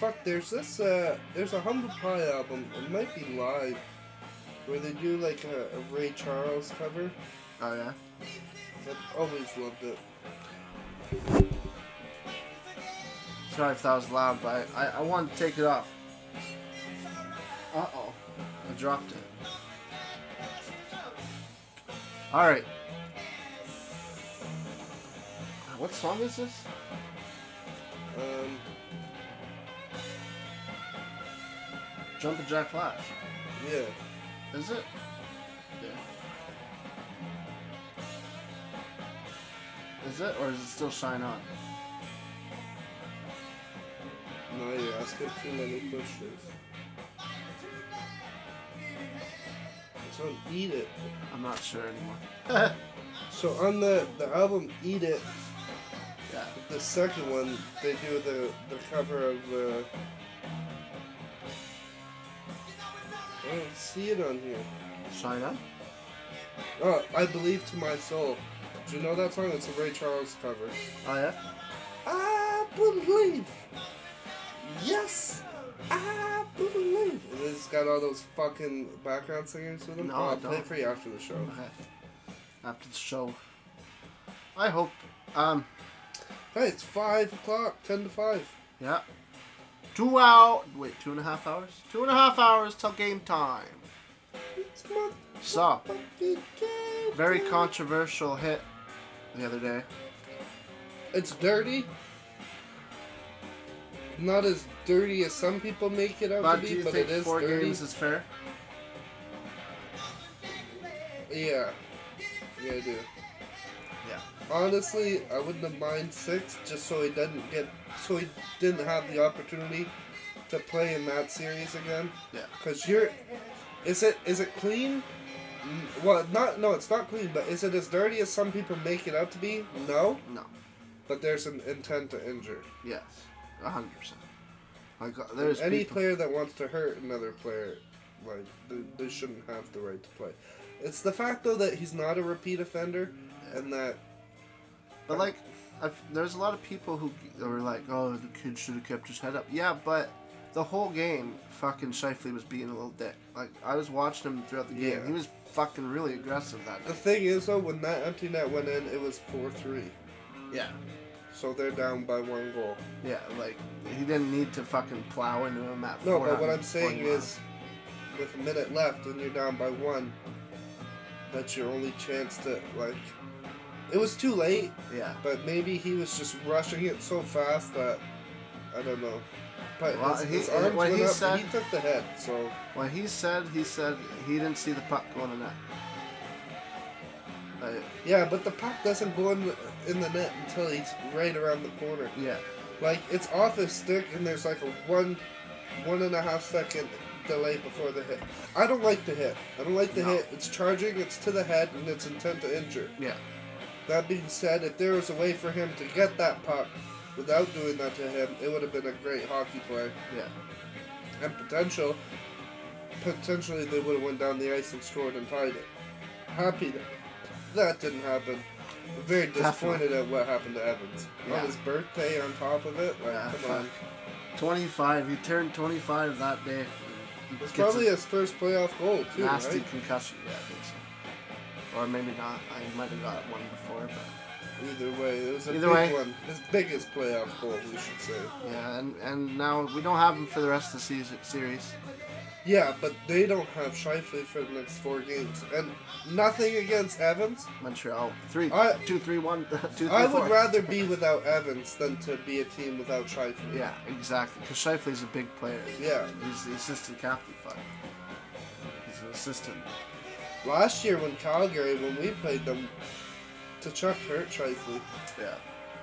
[SPEAKER 2] Fuck, there's this, uh, there's a Humble Pie album, it might be live, where they do like a, a Ray Charles cover.
[SPEAKER 3] Oh yeah.
[SPEAKER 2] I've always loved it.
[SPEAKER 3] Sorry if that was loud, but I, I, I wanted to take it off. Uh oh. I dropped it. Alright. What song is this?
[SPEAKER 2] Um,
[SPEAKER 3] Jumpin' Jack Flash.
[SPEAKER 2] yeah.
[SPEAKER 3] Is it? Yeah. Is it or is it still Shine On?
[SPEAKER 2] No, you're asking too many questions. It's on Eat It.
[SPEAKER 3] I'm not sure anymore.
[SPEAKER 2] So on the, the album Eat It,
[SPEAKER 3] yeah.
[SPEAKER 2] the second one, they do the, the cover of, uh, I don't see it on here.
[SPEAKER 3] Shine On?
[SPEAKER 2] Oh, I believe to my soul. Do you know that song? It's a Ray Charles cover.
[SPEAKER 3] Oh yeah?
[SPEAKER 2] I believe. Yes, I believe. And it's got all those fucking background singers with them.
[SPEAKER 3] No,
[SPEAKER 2] oh,
[SPEAKER 3] I
[SPEAKER 2] I'll play
[SPEAKER 3] don't.
[SPEAKER 2] it for you after the show.
[SPEAKER 3] Okay. After the show. I hope. Um,
[SPEAKER 2] Hey, it's five o'clock, ten to five.
[SPEAKER 3] yeah. Two hour. Wait, two and a half hours? Two and a half hours till game time.
[SPEAKER 2] It's my
[SPEAKER 3] So,
[SPEAKER 2] fucking game.
[SPEAKER 3] very controversial hit the other day.
[SPEAKER 2] It's dirty. Not as dirty as some people make it out
[SPEAKER 3] But
[SPEAKER 2] to
[SPEAKER 3] do
[SPEAKER 2] be,
[SPEAKER 3] you
[SPEAKER 2] but
[SPEAKER 3] think
[SPEAKER 2] it is
[SPEAKER 3] four
[SPEAKER 2] dirty.
[SPEAKER 3] games is fair?
[SPEAKER 2] yeah. Yeah, I do.
[SPEAKER 3] Yeah.
[SPEAKER 2] Honestly, I wouldn't have mind six just so he didn't get so he didn't have the opportunity to play in that series again.
[SPEAKER 3] Yeah.
[SPEAKER 2] Cause you're, is it is it clean? Mm, Well, not no, it's not clean. But is it as dirty as some people make it out to be? No,
[SPEAKER 3] No.
[SPEAKER 2] but there's an intent to injure.
[SPEAKER 3] Yes. A hundred percent. Like uh, there's
[SPEAKER 2] Any
[SPEAKER 3] people.
[SPEAKER 2] player that wants to hurt another player, like they, they shouldn't have the right to play. It's the fact though that he's not a repeat offender, and that
[SPEAKER 3] But like, I've, there's a lot of people who that were like, "Oh, the kid should have kept his head up." Yeah, but the whole game, fucking Shifley was being a little dick. Like I was watching him throughout the game.
[SPEAKER 2] Yeah.
[SPEAKER 3] He was fucking really aggressive that
[SPEAKER 2] the
[SPEAKER 3] night.
[SPEAKER 2] thing is though when that empty net went in, it was four three,
[SPEAKER 3] Yeah.
[SPEAKER 2] so they're down by one goal.
[SPEAKER 3] Yeah, like he didn't need to fucking plow into him at.
[SPEAKER 2] No,
[SPEAKER 3] 400,
[SPEAKER 2] but what I'm saying
[SPEAKER 3] 400.
[SPEAKER 2] is, with a minute left and you're down by one, that's your only chance to like. It was too late,
[SPEAKER 3] yeah.
[SPEAKER 2] but maybe he was just rushing it so fast that I don't know. But
[SPEAKER 3] Well,
[SPEAKER 2] his,
[SPEAKER 3] he-
[SPEAKER 2] his arms
[SPEAKER 3] when
[SPEAKER 2] went
[SPEAKER 3] he
[SPEAKER 2] up.
[SPEAKER 3] said-
[SPEAKER 2] he took the head, so
[SPEAKER 3] When he said, he said he didn't see the Uh, puck going in that. Like,
[SPEAKER 2] yeah. But the puck doesn't go in, in the net until he's right around the corner.
[SPEAKER 3] yeah.
[SPEAKER 2] Like it's off his stick, and there's like a one, one and a half second delay before the hit. I don't like the hit. I don't like the
[SPEAKER 3] No.
[SPEAKER 2] hit. It's charging. It's to the head, and it's intent to injure.
[SPEAKER 3] Yeah.
[SPEAKER 2] That being said, if there was a way for him to get that puck without doing that to him, it would have been a great hockey play
[SPEAKER 3] Yeah.
[SPEAKER 2] and potential. Potentially, they would have went down the ice and scored and tied it. Happy that that didn't happen. Very disappointed at what happened to Evans
[SPEAKER 3] Yeah.
[SPEAKER 2] on his birthday. On top of it, like,
[SPEAKER 3] Yeah,
[SPEAKER 2] come
[SPEAKER 3] fuck.
[SPEAKER 2] on.
[SPEAKER 3] 25. He turned 25 that day.
[SPEAKER 2] It's
[SPEAKER 3] Gets
[SPEAKER 2] probably
[SPEAKER 3] a
[SPEAKER 2] his first playoff goal too,
[SPEAKER 3] nasty
[SPEAKER 2] right?
[SPEAKER 3] concussion. Yeah, I think so. Or maybe not. I might have got one before, but
[SPEAKER 2] Either way, it was a
[SPEAKER 3] Either
[SPEAKER 2] big
[SPEAKER 3] way.
[SPEAKER 2] one. His biggest playoff goal, we should say.
[SPEAKER 3] yeah. And and now we don't have him for the rest of the season, series.
[SPEAKER 2] Yeah, but they don't have Shifley for the next four games, and nothing against Evans.
[SPEAKER 3] Montreal three,
[SPEAKER 2] I-
[SPEAKER 3] two, three, one, two, three,
[SPEAKER 2] I would
[SPEAKER 3] four.
[SPEAKER 2] rather be without Evans than to be a team without Shifley.
[SPEAKER 3] Yeah, exactly. Because Shifley's a big player.
[SPEAKER 2] Yeah.
[SPEAKER 3] He's the assistant captain. Fuck. He's an assistant.
[SPEAKER 2] Last year when Calgary, when we played them, Tuchuk hurt Shifley.
[SPEAKER 3] Yeah.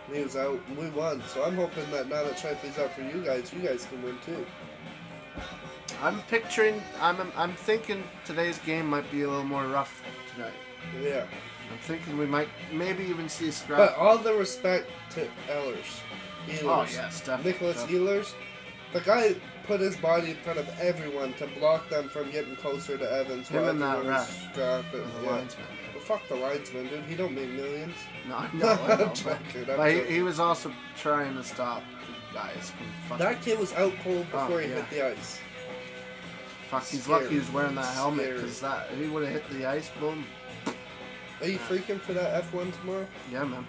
[SPEAKER 2] and He was out. and We won. So I'm hoping that now that Shifley's out for you guys, you guys can win too.
[SPEAKER 3] I'm picturing. I'm. I'm thinking today's game might be a little more rough tonight.
[SPEAKER 2] Yeah.
[SPEAKER 3] I'm thinking we might maybe even see a scrap.
[SPEAKER 2] But all the respect to Ehlers. Ehlers.
[SPEAKER 3] oh yes, definitely.
[SPEAKER 2] Nicholas
[SPEAKER 3] definitely.
[SPEAKER 2] Ehlers. The guy put his body in front of everyone to block them from getting closer to Evans.
[SPEAKER 3] Him
[SPEAKER 2] while
[SPEAKER 3] and that
[SPEAKER 2] everyone was
[SPEAKER 3] ref.
[SPEAKER 2] Scrapping.
[SPEAKER 3] the
[SPEAKER 2] yeah.
[SPEAKER 3] linesman.
[SPEAKER 2] Well, fuck the linesman, dude. He don't make millions.
[SPEAKER 3] No, I know. I know
[SPEAKER 2] I'm
[SPEAKER 3] but
[SPEAKER 2] joking, I'm
[SPEAKER 3] but he,
[SPEAKER 2] joking.
[SPEAKER 3] he was also trying to stop the guys from fucking.
[SPEAKER 2] That kid was out cold before
[SPEAKER 3] Oh,
[SPEAKER 2] he
[SPEAKER 3] yeah.
[SPEAKER 2] hit the ice.
[SPEAKER 3] fuck, he's
[SPEAKER 2] scary.
[SPEAKER 3] lucky he's wearing that helmet
[SPEAKER 2] Scary.
[SPEAKER 3] because that if he would have hit the ice. Boom.
[SPEAKER 2] Are you freaking for that F1 tomorrow?
[SPEAKER 3] Yeah, man.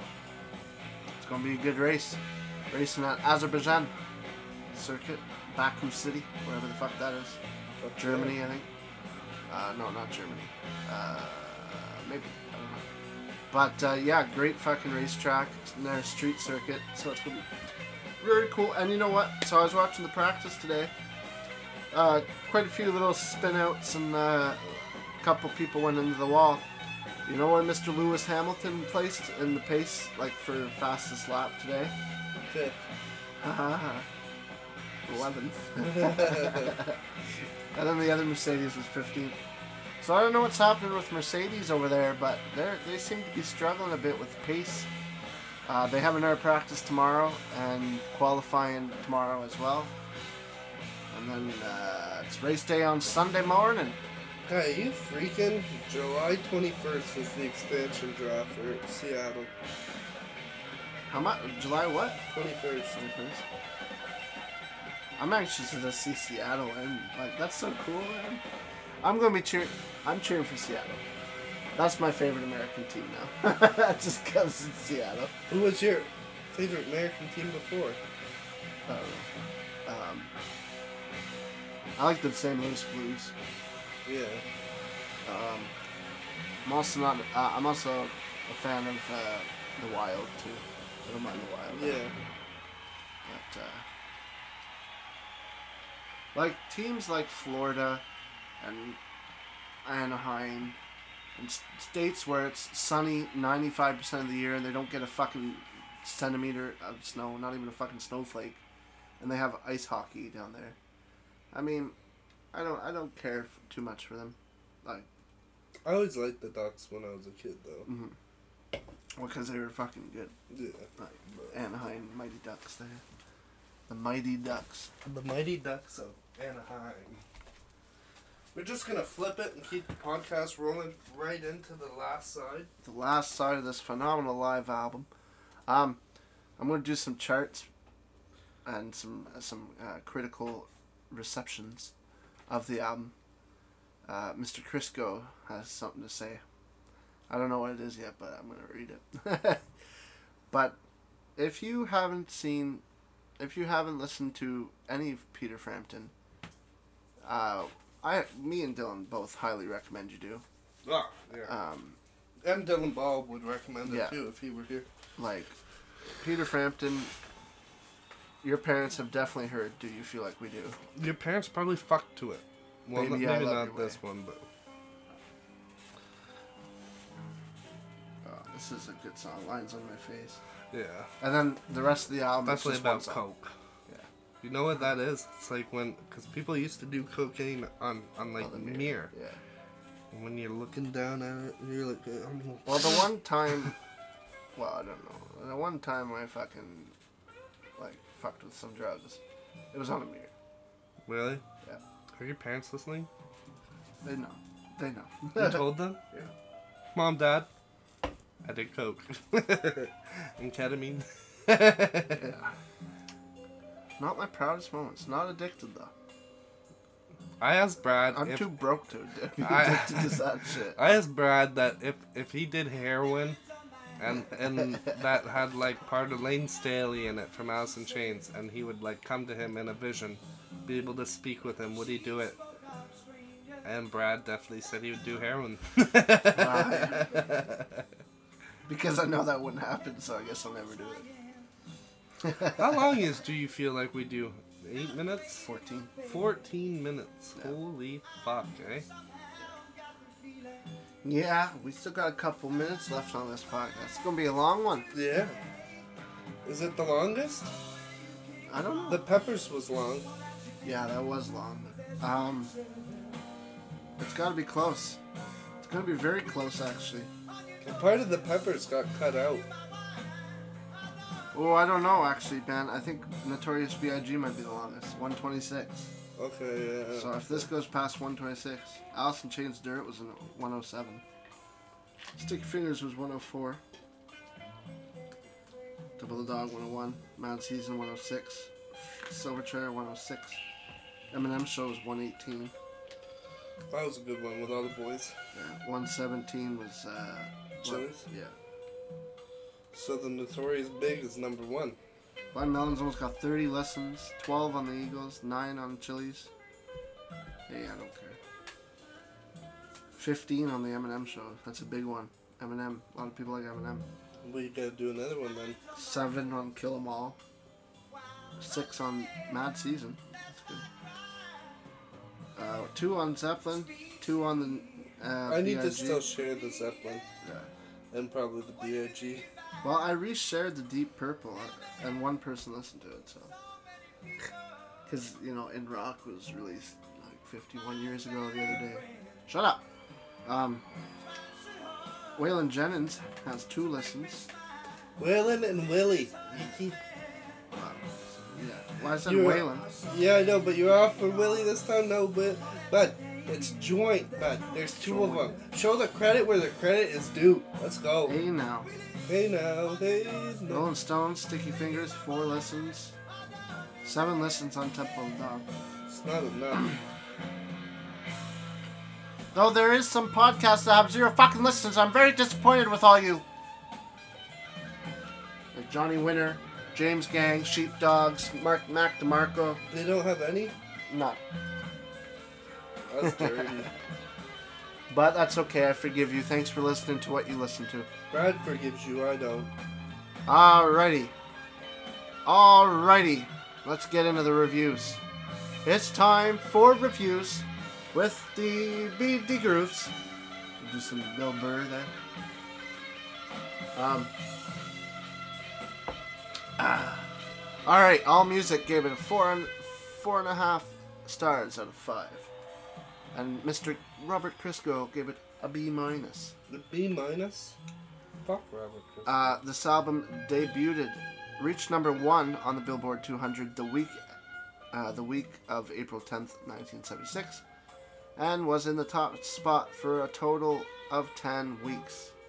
[SPEAKER 3] It's gonna be a good race. Racing at Azerbaijan circuit, Baku City, wherever the fuck that is.
[SPEAKER 2] Fuck
[SPEAKER 3] Germany, I think. Uh, no, not Germany. Uh, maybe. I don't know. But uh, yeah, great fucking racetrack. It's in their street circuit, so it's gonna be very cool. And you know what? So I was watching the practice today. Uh, quite a few little spin outs and uh, a couple people went into the wall. You know where Mr. Lewis Hamilton placed in the pace, like for fastest lap today?
[SPEAKER 2] yeah. Fifth.
[SPEAKER 3] Eleventh. and then the other Mercedes was 15th. So I don't know what's happening with Mercedes over there, but they are they seem to be struggling a bit with pace. Uh, they have another practice tomorrow and qualifying tomorrow as well. And then uh, it's race day on Sunday morning.
[SPEAKER 2] Guy, are you freaking? July 21st is the expansion draft for Seattle.
[SPEAKER 3] How much? July what?
[SPEAKER 2] 21st.
[SPEAKER 3] 21st. I'm anxious to see Seattle and like that's so cool, man. I'm gonna be cheering. I'm cheering for Seattle. That's my favorite American team now. Just because it's Seattle.
[SPEAKER 2] Who was your favorite American team before?
[SPEAKER 3] I don't know. Um, I like the St. Louis Blues.
[SPEAKER 2] Yeah.
[SPEAKER 3] Um, I'm also not. Uh, I'm also a fan of uh, the Wild too. I don't mind the Wild.
[SPEAKER 2] Yeah.
[SPEAKER 3] But, uh, like teams like Florida and Anaheim and s- states where it's sunny 95% of the year and they don't get a fucking centimeter of snow, not even a fucking snowflake, and they have ice hockey down there. I mean, I don't I don't care f- too much for them. Like,
[SPEAKER 2] I always liked the Ducks when I was a kid, though.
[SPEAKER 3] mm because they were fucking good.
[SPEAKER 2] Yeah.
[SPEAKER 3] Like, Anaheim Mighty Ducks there. The Mighty Ducks.
[SPEAKER 2] The Mighty Ducks of Anaheim. We're just gonna flip it and keep the podcast rolling right into the last side.
[SPEAKER 3] the last side of this phenomenal live album. Um, I'm going to do some charts and some uh, some uh, critical receptions of the album. Uh, Mr. Crisco has something to say. I don't know what it is yet, but I'm going to read it. but if you haven't seen, if you haven't listened to any of Peter Frampton, uh, I, me and Dylan both highly recommend you do.
[SPEAKER 2] Ah, yeah.
[SPEAKER 3] Um,
[SPEAKER 2] and Dylan Ball would recommend it
[SPEAKER 3] Yeah.
[SPEAKER 2] too if he were here.
[SPEAKER 3] like Peter Frampton. Your parents have definitely heard. Do you feel like we do?
[SPEAKER 2] Your parents probably fucked to it. Well,
[SPEAKER 3] Baby,
[SPEAKER 2] not,
[SPEAKER 3] I
[SPEAKER 2] maybe
[SPEAKER 3] love
[SPEAKER 2] not
[SPEAKER 3] your
[SPEAKER 2] this one, but
[SPEAKER 3] Oh, this is a good song. Lines on my face.
[SPEAKER 2] yeah.
[SPEAKER 3] And then the rest of the album. is
[SPEAKER 2] Especially
[SPEAKER 3] just one
[SPEAKER 2] about
[SPEAKER 3] song.
[SPEAKER 2] coke.
[SPEAKER 3] Yeah.
[SPEAKER 2] You know what that is? It's like when, because people used to do cocaine on on like
[SPEAKER 3] Oh, the
[SPEAKER 2] mirror.
[SPEAKER 3] Yeah.
[SPEAKER 2] And When you're looking down at it, you're like, I'm gonna-
[SPEAKER 3] Well, the one time. well, I don't know. The one time I fucking like fucked with some drugs, it was on a mirror.
[SPEAKER 2] really?
[SPEAKER 3] Yeah.
[SPEAKER 2] Are your parents listening?
[SPEAKER 3] They know. They
[SPEAKER 2] You
[SPEAKER 3] know.
[SPEAKER 2] told them?
[SPEAKER 3] Yeah.
[SPEAKER 2] Mom, Dad, I did coke and ketamine.
[SPEAKER 3] yeah. Not my proudest moments. Not addicted though.
[SPEAKER 2] I asked Brad.
[SPEAKER 3] I'm
[SPEAKER 2] if,
[SPEAKER 3] too broke to be
[SPEAKER 2] I-
[SPEAKER 3] addicted to that shit.
[SPEAKER 2] I asked Brad that if if he did heroin, and and that had like part of Lane Staley in it from Alice in Chains, and he would like come to him in a vision, be able to speak with him, would he do it? And Brad definitely said he would do heroin.
[SPEAKER 3] Because I know that wouldn't happen, so I guess I'll never do it.
[SPEAKER 2] How long is do you feel like we do? Eight minutes?
[SPEAKER 3] 14.
[SPEAKER 2] 14 minutes. Holy fuck, eh?
[SPEAKER 3] Yeah, we still got a couple minutes left on this podcast. It's gonna be a long one.
[SPEAKER 2] Yeah. Is it the longest?
[SPEAKER 3] I don't know.
[SPEAKER 2] The Peppers was long.
[SPEAKER 3] Yeah, that was long. Um, it's gotta be close. It's gonna be very close, actually.
[SPEAKER 2] Part of the Peppers got cut out.
[SPEAKER 3] Oh, I don't know, actually, Ben. I think Notorious B.I.G. might be the longest. 126.
[SPEAKER 2] Okay, yeah.
[SPEAKER 3] So if this goes past 126, Alice in Chains Dirt was in 107. Stick Fingers was 104. Double the Dog 101. Mad Season 106. Silverchair 106. Eminem Show was 118.
[SPEAKER 2] That was a good one with all the boys.
[SPEAKER 3] Yeah, 117 was. Uh,
[SPEAKER 2] Chili's?
[SPEAKER 3] Yeah.
[SPEAKER 2] So the Notorious Big is number one.
[SPEAKER 3] Blind Melon's almost got 30 lessons 12 on the Eagles, 9 on Chili's. Hey, I don't care. 15 on the Eminem show. That's a big one. Eminem. A lot of people like Eminem.
[SPEAKER 2] We gotta do another one then.
[SPEAKER 3] 7 on Kill 'Em All. 6 on Mad Season. That's good. Uh, 2 on Zeppelin. 2 on the. Uh,
[SPEAKER 2] I need to
[SPEAKER 3] BIG.
[SPEAKER 2] still share the Zeppelin
[SPEAKER 3] Yeah.
[SPEAKER 2] and probably the B.I.G.
[SPEAKER 3] Well, I reshared the Deep Purple, uh, and one person listened to it. So, because you know, In Rock was released like 51 years ago the other day. Shut up. Um, Waylon Jennings has two listens.
[SPEAKER 2] Waylon and Willie. You
[SPEAKER 3] Wow. Yeah. Well, I said
[SPEAKER 2] You were-
[SPEAKER 3] Waylon.
[SPEAKER 2] keep- yeah, I know, but you're off for Willie this time? No, but, but it's joint, but there's two of them. Show the credit where the credit is due. Let's go.
[SPEAKER 3] Hey now.
[SPEAKER 2] Hey now, hey now.
[SPEAKER 3] Rolling Stones, Sticky Fingers, four listens. Seven listens on Temple of the Dog.
[SPEAKER 2] It's not enough.
[SPEAKER 3] Though there is some podcasts that have zero fucking listens, I'm very disappointed with all you. Like Johnny Winter, James Gang, Sheepdogs, Mark Mac DeMarco.
[SPEAKER 2] They don't have any?
[SPEAKER 3] No.
[SPEAKER 2] That's dirty.
[SPEAKER 3] But that's okay. I forgive you. Thanks for listening to what you listen to.
[SPEAKER 2] God forgives you, I don't.
[SPEAKER 3] Alrighty. Alrighty. Let's get into the reviews. It's time for reviews with the BD Grooves. We'll do some Bill Burr then. Um. ah. Alright, All Music gave it a four and four and a half stars out of five. And Mr. Robert Crisco gave it a B minus.
[SPEAKER 2] The B minus? Fuck Robert Chris.
[SPEAKER 3] Uh, this album debuted, reached number one on the Billboard 200 the week, uh, the week of April 10th, 1976, and was in the top spot for a total of 10 weeks.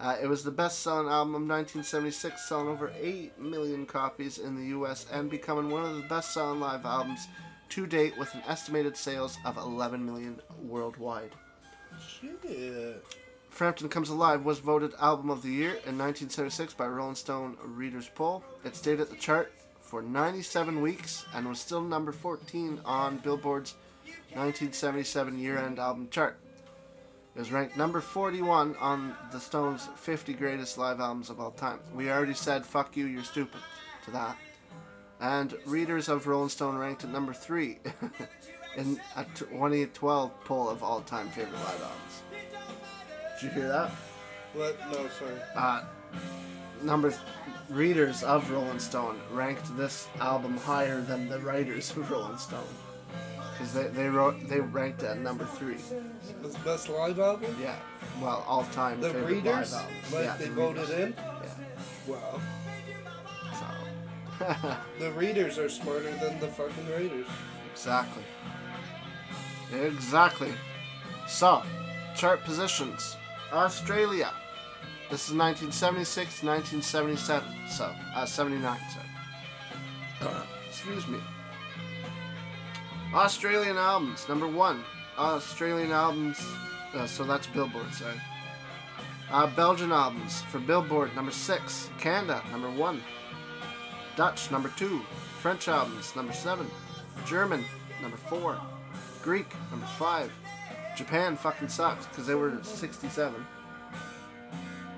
[SPEAKER 3] Eh. Uh, it was the best-selling album of 1976, selling over 8 million copies in the U.S. and becoming one of the best-selling live albums to date, with an estimated sales of 11 million worldwide.
[SPEAKER 2] Shit.
[SPEAKER 3] Frampton Comes Alive was voted Album of the Year in 1976 by Rolling Stone Reader's Poll. It stayed at the chart for 97 weeks and was still number 14 on Billboard's 1977 year end album chart. It was ranked number 41 on the Stones' 50 greatest live albums of all time. We already said, fuck you, you're stupid, to that. And readers of Rolling Stone ranked at number 3 in a 2012 poll of all time favorite live albums. Did you hear that?
[SPEAKER 2] What? No, sorry.
[SPEAKER 3] Uh, number th- readers of Rolling Stone ranked this album higher than the writers of Rolling Stone because they, they wrote they ranked it at number three.
[SPEAKER 2] That's best live album?
[SPEAKER 3] Yeah, well, all time
[SPEAKER 2] The
[SPEAKER 3] favorite
[SPEAKER 2] readers?
[SPEAKER 3] live albums.
[SPEAKER 2] Like
[SPEAKER 3] yeah,
[SPEAKER 2] they
[SPEAKER 3] the
[SPEAKER 2] voted
[SPEAKER 3] readers.
[SPEAKER 2] in? Wow.
[SPEAKER 3] Yeah, so
[SPEAKER 2] The readers are smarter than the fucking readers.
[SPEAKER 3] exactly, exactly. So, chart positions: Australia. This is 1976, 1977. So, uh, 79. Sorry. excuse me. Australian albums, number one. Australian albums, uh, so that's Billboard, sorry. Uh, Belgian albums for Billboard, number six. Canada, number one. Dutch, number two. French albums, number seven. German, number four. Greek, number five. Japan fucking sucks because they were 67.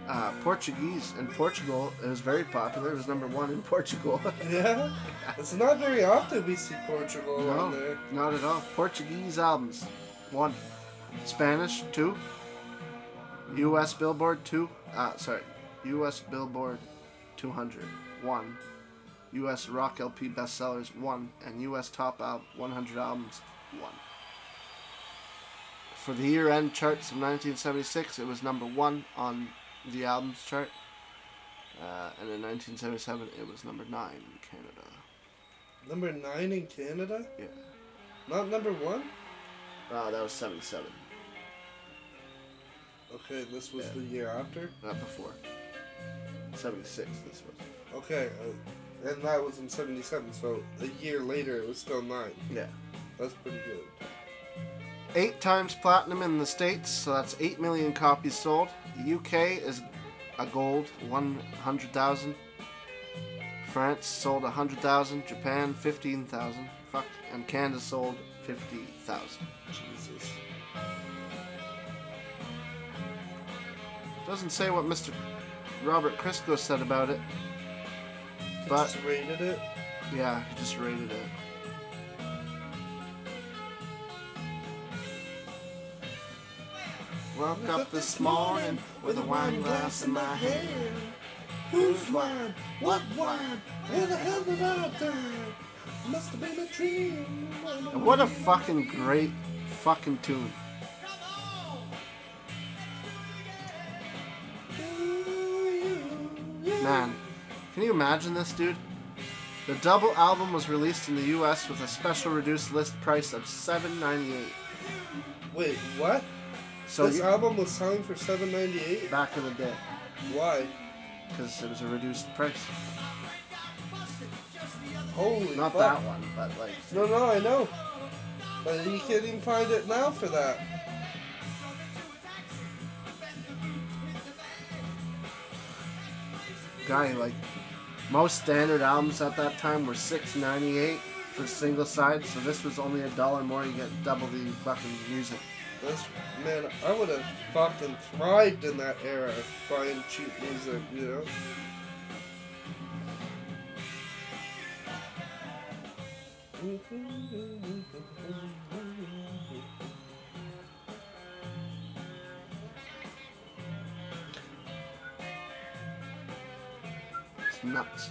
[SPEAKER 3] Uh, Portuguese in Portugal, it was very popular. It was number one in Portugal.
[SPEAKER 2] Yeah? It's not very often we see Portugal on
[SPEAKER 3] No,
[SPEAKER 2] there.
[SPEAKER 3] not at all. Portuguese albums, one. Spanish, two. U.S. Billboard, two. Uh, sorry, U.S. Billboard 200, one. U.S. Rock LP bestsellers, one. And U.S. Top Al- 100 albums, one. For the year-end charts of 1976, it was number one on the albums chart. Uh, and in 1977, it was number nine in Canada.
[SPEAKER 2] Number nine in Canada?
[SPEAKER 3] Yeah.
[SPEAKER 2] Not number one?
[SPEAKER 3] Oh, that was 77.
[SPEAKER 2] Okay, this was
[SPEAKER 3] Yeah.
[SPEAKER 2] the year after.
[SPEAKER 3] Not before. 76, this was.
[SPEAKER 2] Okay, uh, and that was in 77, so a year later it was still nine.
[SPEAKER 3] Yeah.
[SPEAKER 2] That's pretty good.
[SPEAKER 3] Eight times platinum in the States, so that's 8 million copies sold. The UK is a gold, 100,000. France sold 100,000. Japan, 15,000. Fuck. And Canada sold 50,000.
[SPEAKER 2] Jesus.
[SPEAKER 3] Doesn't say what Mr. Robert Crisco said about it. But-
[SPEAKER 2] Just rated it.
[SPEAKER 3] Yeah, he just rated it. Woke up this morning with a wine glass in my hand.
[SPEAKER 2] Who's wine? What wine? Where the hell did I die? Must have been a dream.
[SPEAKER 3] And what a fucking great fucking tune. Man, can you imagine this, dude? The double album was released in the US with a special reduced list price of $7.98.
[SPEAKER 2] Wait, what?
[SPEAKER 3] So
[SPEAKER 2] this
[SPEAKER 3] you-
[SPEAKER 2] album was selling for seven ninety eight.
[SPEAKER 3] back in the day,
[SPEAKER 2] Why?
[SPEAKER 3] because it was a reduced price.
[SPEAKER 2] Holy
[SPEAKER 3] Not
[SPEAKER 2] fuck.
[SPEAKER 3] that one, but like
[SPEAKER 2] No, no, I know. But you can't even find it now for that.
[SPEAKER 3] guy like most standard albums at that time were 698 for the single side. So this was only a dollar more. You get double the fucking music.
[SPEAKER 2] That's man, I would have fucking thrived in that era buying cheap music, you know.
[SPEAKER 3] It's nuts.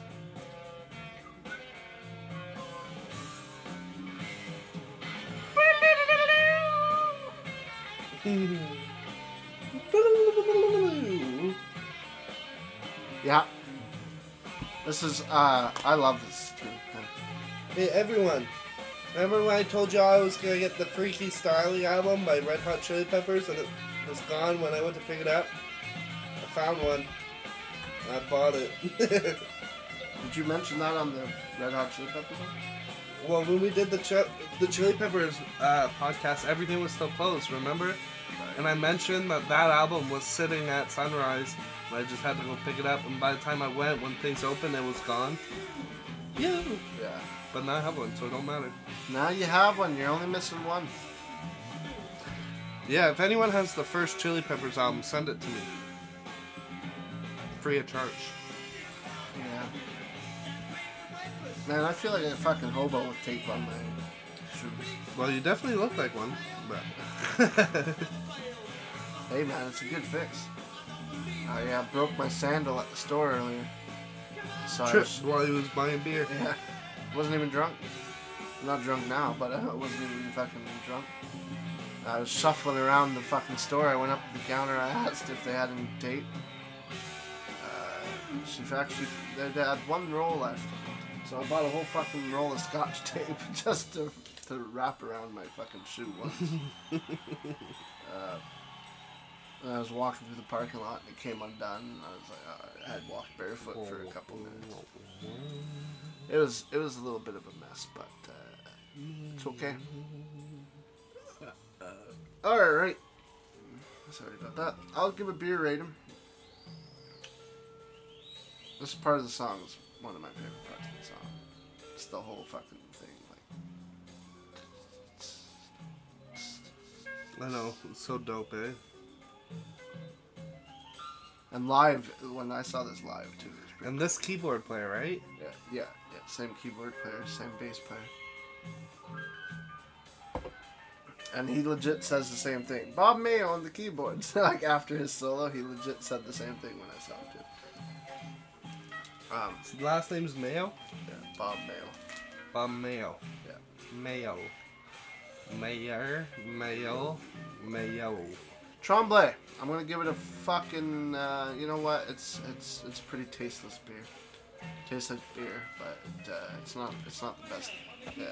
[SPEAKER 3] Yeah. This is uh, I love this tune. man.
[SPEAKER 2] Hey everyone, remember when I told you I was gonna get the Freaky Styling album by Red Hot Chili Peppers and it was gone when I went to pick it up? I found one. I bought it.
[SPEAKER 3] Did you mention that on the Red Hot Chili Peppers? one?
[SPEAKER 2] Well, when we did the ch- the Chili Peppers uh, podcast, everything was still closed. Remember? And I mentioned that that album was sitting at Sunrise, and I just had to go pick it up. And by the time I went, when things opened, it was gone. Yeah.
[SPEAKER 3] Yeah.
[SPEAKER 2] But now I have one, so it don't matter.
[SPEAKER 3] Now you have one. You're only missing one.
[SPEAKER 2] Yeah, if anyone has the first Chili Peppers album, send it to me. Free of charge.
[SPEAKER 3] Yeah. Man, I feel like a fucking hobo with tape on my shoes.
[SPEAKER 2] Well, you definitely look like one, but.
[SPEAKER 3] Hey man, it's a good fix. I uh, broke my sandal at the store earlier. So I
[SPEAKER 2] Tripped
[SPEAKER 3] was-
[SPEAKER 2] while he was buying beer.
[SPEAKER 3] yeah, wasn't even drunk. I'm not drunk now, but uh, I wasn't even fucking drunk. I was shuffling around the fucking store. I went up to the counter. I asked if they had any tape. Uh, she actually, they, they had one roll left. So I bought a whole fucking roll of scotch tape just to, to wrap around my fucking shoe once. uh, and I was walking through the parking lot and it came undone. And I was like, uh, I had walked barefoot for a couple minutes. It was it was a little bit of a mess, but uh, it's okay. All right. Sorry about that. I'll give a beer rating. This part of the song is one of my favorite parts of the song. It's the whole fucking thing. Like,
[SPEAKER 2] I know, it's so dope, eh?
[SPEAKER 3] and live when I saw this live too. It was pretty
[SPEAKER 2] And this keyboard player, right?
[SPEAKER 3] Yeah, yeah, yeah. Same keyboard player, same bass player. And he legit says the same thing. Bob Mayo on the keyboards. like after his solo, he legit said the same thing when I saw him too. Um,
[SPEAKER 2] His last name's Mayo?
[SPEAKER 3] yeah, Bob Mayo.
[SPEAKER 2] Bob Mayo.
[SPEAKER 3] Yeah.
[SPEAKER 2] Mayo. Mayor. Mayo. Mayo.
[SPEAKER 3] Tremblay. I'm gonna give it a fucking. Uh, you know what? It's it's it's a pretty tasteless beer. Tastes like beer, but uh, it's not it's not the best. Yeah.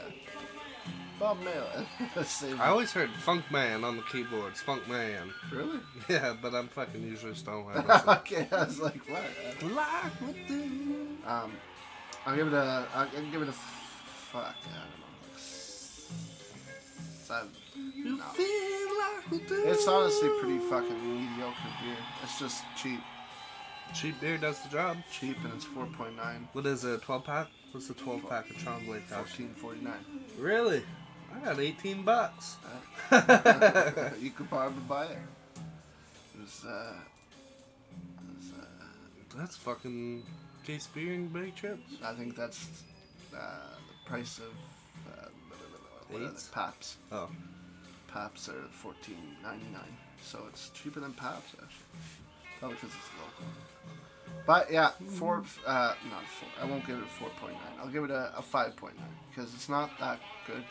[SPEAKER 3] Bob Mayo. Same-
[SPEAKER 2] I always heard Funk Man on the keyboards. Funk Man.
[SPEAKER 3] really.
[SPEAKER 2] Yeah, but I'm fucking usually stoned when I listen.
[SPEAKER 3] okay, I was like, what?
[SPEAKER 2] Like what the-
[SPEAKER 3] Um, I'll give it a. I'll, I'll give it a. f- Fuck, I don't know. Like s- seven.
[SPEAKER 2] You
[SPEAKER 3] No.
[SPEAKER 2] feel like we do.
[SPEAKER 3] It's honestly pretty fucking mediocre beer. It's just cheap,
[SPEAKER 2] Cheap beer does the job.
[SPEAKER 3] cheap, and it's 4.9,
[SPEAKER 2] What is it, a 12 pack? What's the 12 pack of Tremblay cost?
[SPEAKER 3] 14.49.
[SPEAKER 2] Really? I got 18 bucks.
[SPEAKER 3] Uh, you could probably buy it. It was. Uh, it was uh,
[SPEAKER 2] That's fucking case beer and big chips.
[SPEAKER 3] I think that's uh, the price of. Uh, what are they?
[SPEAKER 2] Eights?
[SPEAKER 3] Paps.
[SPEAKER 2] Oh.
[SPEAKER 3] Paps are fourteen ninety nine, so it's cheaper than Paps actually. Probably because it's local. But yeah, four.
[SPEAKER 2] Hmm.
[SPEAKER 3] Uh, not four. I won't give it a four point nine. I'll give it a, a five point nine because it's not that good.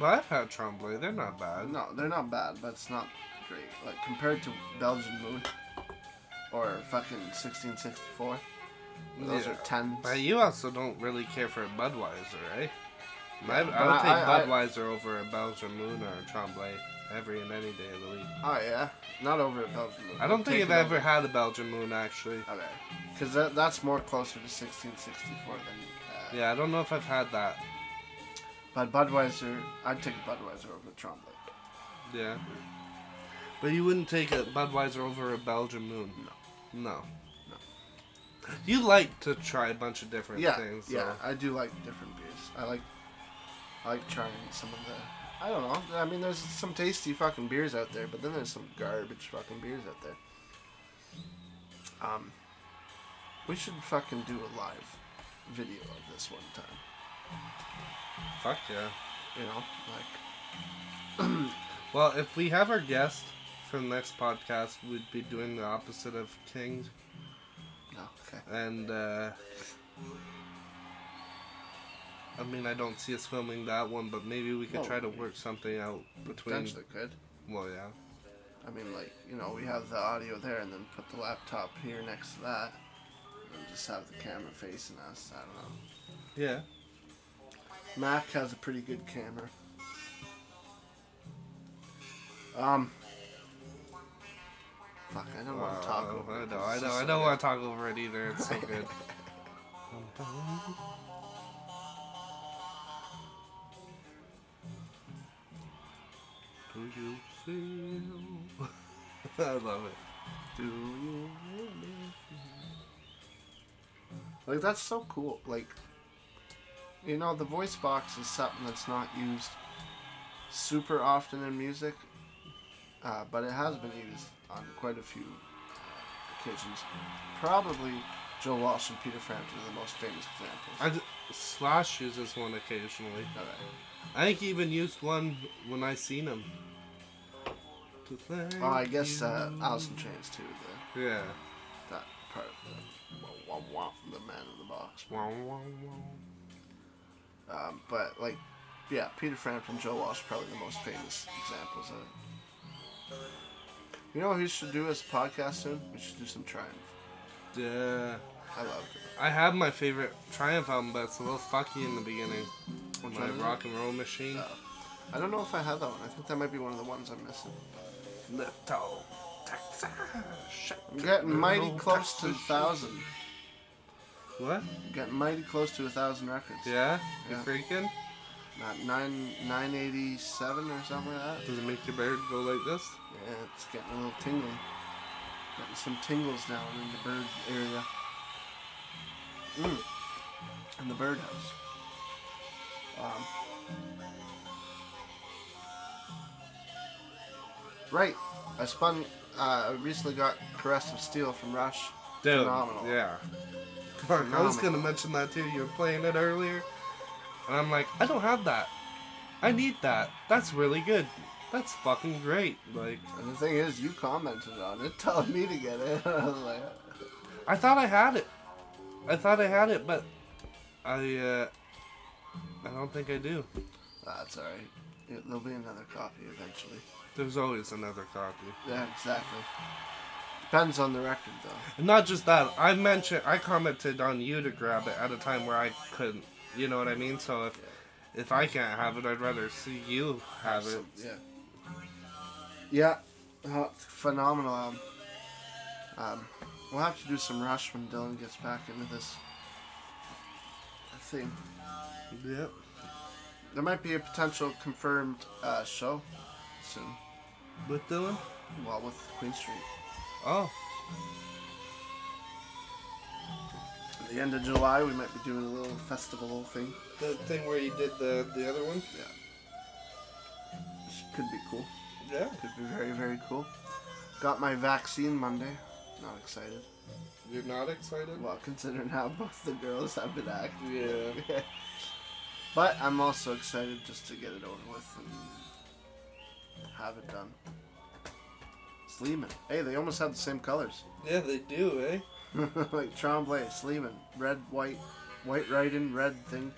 [SPEAKER 2] Well, I've had Tremblay. They're not bad.
[SPEAKER 3] No, they're not bad, but it's not great. Like compared to Belgian Moon or fucking sixteen sixty four. Those
[SPEAKER 2] Yeah.
[SPEAKER 3] are tens.
[SPEAKER 2] But you also don't really care for a Budweiser, eh? I, I would
[SPEAKER 3] but I-
[SPEAKER 2] take
[SPEAKER 3] I- I-
[SPEAKER 2] Budweiser over a Belgian Moon or a Tremblay every and any day of the week.
[SPEAKER 3] Oh yeah, not over a Belgian Moon.
[SPEAKER 2] I don't
[SPEAKER 3] I'd
[SPEAKER 2] think
[SPEAKER 3] take
[SPEAKER 2] I've
[SPEAKER 3] it over-
[SPEAKER 2] ever had a Belgian Moon, actually.
[SPEAKER 3] Okay, because that, that's more closer to sixteen sixty four than. Uh,
[SPEAKER 2] Yeah, I don't know if I've had that.
[SPEAKER 3] But Budweiser, I'd take Budweiser over Trombley.
[SPEAKER 2] Yeah. But you wouldn't take a Budweiser over a Belgian Moon? No. No.
[SPEAKER 3] No.
[SPEAKER 2] You like to try a bunch of different
[SPEAKER 3] Yeah,
[SPEAKER 2] things.
[SPEAKER 3] yeah,
[SPEAKER 2] so-
[SPEAKER 3] I do like different beers. I like like trying some of the. I don't know. I mean, there's some tasty fucking beers out there, but then there's some garbage fucking beers out there. Um, we should fucking do a live video of this one time.
[SPEAKER 2] Fuck yeah.
[SPEAKER 3] You know, like
[SPEAKER 2] Well, if we have our guest for the next podcast, we'd be doing the opposite of King
[SPEAKER 3] no, okay.
[SPEAKER 2] and uh I mean, I don't see us filming that one, but maybe we could
[SPEAKER 3] No.
[SPEAKER 2] try to work something out between.
[SPEAKER 3] Oh. Potentially could.
[SPEAKER 2] Well, yeah.
[SPEAKER 3] I mean, like you know, we have the audio there, and then put the laptop here next to that, and just have the camera facing us. I don't know.
[SPEAKER 2] Yeah.
[SPEAKER 3] Mac has a pretty good camera. Um. Fuck, I don't want to talk
[SPEAKER 2] Wow,
[SPEAKER 3] over.
[SPEAKER 2] I
[SPEAKER 3] it,
[SPEAKER 2] know,
[SPEAKER 3] 'cause
[SPEAKER 2] I
[SPEAKER 3] it's
[SPEAKER 2] know,
[SPEAKER 3] just
[SPEAKER 2] I
[SPEAKER 3] so
[SPEAKER 2] don't
[SPEAKER 3] good.
[SPEAKER 2] want to talk over it either. It's so good. Do you feel? I love it.
[SPEAKER 3] Do you really feel- Like that's so cool. Like, you know, the voice box is something that's not used super often in music, uh, but it has been used on quite a few uh, occasions. Probably Joe Walsh and Peter Frampton are the most famous examples.
[SPEAKER 2] I d- Slash uses one occasionally.
[SPEAKER 3] Okay.
[SPEAKER 2] I think he even used one when I seen him. To thank
[SPEAKER 3] Oh, I guess
[SPEAKER 2] you.
[SPEAKER 3] uh, Alice in Chains too. The,
[SPEAKER 2] Yeah.
[SPEAKER 3] that part, of the, wah, wah, wah, the man in the box.
[SPEAKER 2] Wah, wah, wah.
[SPEAKER 3] Um, but like, yeah, Peter Frampton, Joe Walsh, probably the most famous examples of it. You know, who should do his podcast soon. We should do some Triumph.
[SPEAKER 2] Yeah.
[SPEAKER 3] I loved it.
[SPEAKER 2] I have my favorite Triumph album, but it's a little fucky in the beginning.
[SPEAKER 3] Which
[SPEAKER 2] My
[SPEAKER 3] one is it?
[SPEAKER 2] rock and roll machine.
[SPEAKER 3] Uh, I don't know if I have that one. I think that might be one of the ones I'm missing.
[SPEAKER 2] Little Texas.
[SPEAKER 3] I'm getting mighty
[SPEAKER 2] Little
[SPEAKER 3] close to a
[SPEAKER 2] Texas.
[SPEAKER 3] thousand.
[SPEAKER 2] What?
[SPEAKER 3] Getting mighty close to a thousand records.
[SPEAKER 2] Yeah? You
[SPEAKER 3] Yeah.
[SPEAKER 2] freaking?
[SPEAKER 3] Not nine nine eighty seven or something like that.
[SPEAKER 2] Does it make your beard go like this?
[SPEAKER 3] Yeah, it's getting a little tingly. Getting some tingles down in the bird area. Mm. In the birdhouse. Um, right. I spun. Uh, I recently got Caress of Steel from Rush.
[SPEAKER 2] Dude,
[SPEAKER 3] Phenomenal.
[SPEAKER 2] yeah. Fuck, I was
[SPEAKER 3] Phenomenal.
[SPEAKER 2] gonna mention that too. You were playing it earlier, and I'm like, I don't have that. I need that. That's really good. That's fucking great. Like,
[SPEAKER 3] And the thing is, you commented on it, telling me to get it. I was like,
[SPEAKER 2] I thought I had it. I thought I had it, but I, uh, I don't think I do.
[SPEAKER 3] "Ah, that's alright. It- There'll be another copy eventually.
[SPEAKER 2] There's always another copy.
[SPEAKER 3] Yeah, exactly. Depends on the record, though.
[SPEAKER 2] And not just that, I mentioned, I commented on you to grab it at a time where I couldn't. You know what I mean? So if if I can't have it, I'd rather see you have it.
[SPEAKER 3] Yeah. Yeah. Oh, it's phenomenal album. Um, we'll have to do some Rush when Dylan gets back into this thing.
[SPEAKER 2] Yep.
[SPEAKER 3] There might be a potential confirmed uh, show soon.
[SPEAKER 2] With Dylan?
[SPEAKER 3] Well, with Queen Street.
[SPEAKER 2] Oh.
[SPEAKER 3] At the end of July, we might be doing a little festival thing.
[SPEAKER 2] The thing where you did the the other one?
[SPEAKER 3] Yeah. Which could be cool.
[SPEAKER 2] Yeah.
[SPEAKER 3] Could be very, very cool. Got my vaccine Monday. Not excited.
[SPEAKER 2] You're not excited?
[SPEAKER 3] Well, considering how both the girls have been acting.
[SPEAKER 2] Yeah.
[SPEAKER 3] but I'm also excited just to get it over with and have it done. Sleeman. Hey, they almost have the same colors.
[SPEAKER 2] Yeah, they do, eh?
[SPEAKER 3] like Tremblay, Sleeman, red, white, white writing, red thing.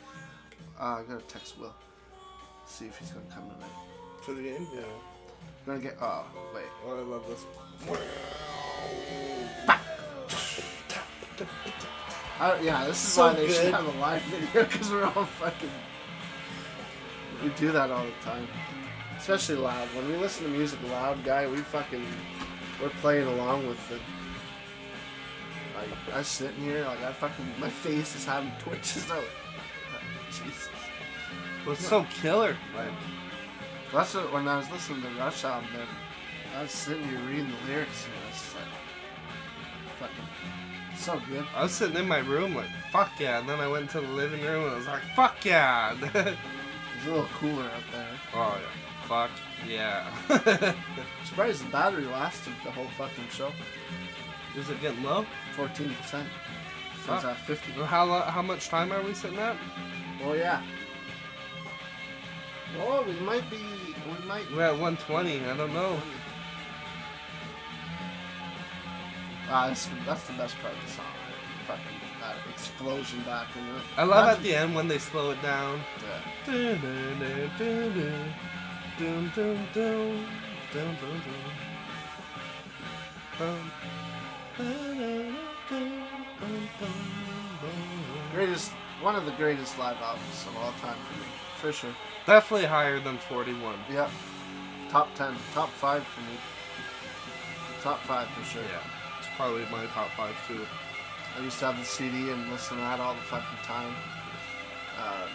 [SPEAKER 3] Uh, I'm gonna text Will. See if he's gonna come tonight.
[SPEAKER 2] For the game? Yeah.
[SPEAKER 3] gonna get. Oh, wait.
[SPEAKER 2] Oh, I love this.
[SPEAKER 3] I, don't- yeah, this is
[SPEAKER 2] So
[SPEAKER 3] why they
[SPEAKER 2] good.
[SPEAKER 3] should have a live video because we're all fucking. We do that all the time, especially loud. When we listen to music loud, guy, we fucking we're playing along with the. Like I sit in here, like I fucking my face is having twitches. I'm like, Jesus.
[SPEAKER 2] Well, it's so killer. Like,
[SPEAKER 3] That's what, when I was listening to Rush album, man, I was sitting here reading the lyrics, and I was just like, fucking, so good.
[SPEAKER 2] I was sitting in my room like, fuck yeah, and then I went to the living room and I was like, fuck yeah.
[SPEAKER 3] It's a little cooler out there.
[SPEAKER 2] Oh yeah. Fuck yeah.
[SPEAKER 3] Surprised the battery lasted the whole fucking show.
[SPEAKER 2] Is it getting low?
[SPEAKER 3] 14%. Since
[SPEAKER 2] Fuck.
[SPEAKER 3] at 50.
[SPEAKER 2] How lo- how much time are we sitting at?
[SPEAKER 3] Oh yeah. Oh, we might be. We might.
[SPEAKER 2] We're at 120. I don't know.
[SPEAKER 3] Ah, that's, that's the best part of the song. Fucking that explosion back in it.
[SPEAKER 2] I love at
[SPEAKER 3] Imagine-
[SPEAKER 2] the end when they slow it down.
[SPEAKER 3] Yeah.
[SPEAKER 2] Dun-dun-dun-dun-dun. Dun-dun-dun. Dun-dun-dun. Dun. Dun-dun-dun-dun-dun-dun.
[SPEAKER 3] Greatest, one of the greatest live albums of all time for me, for sure.
[SPEAKER 2] Definitely higher than 41.
[SPEAKER 3] Yep. Top ten, top five for me. Top five for sure.
[SPEAKER 2] Yeah, it's probably my top five too.
[SPEAKER 3] I used to have the CD and listen to that all the fucking time. Uh,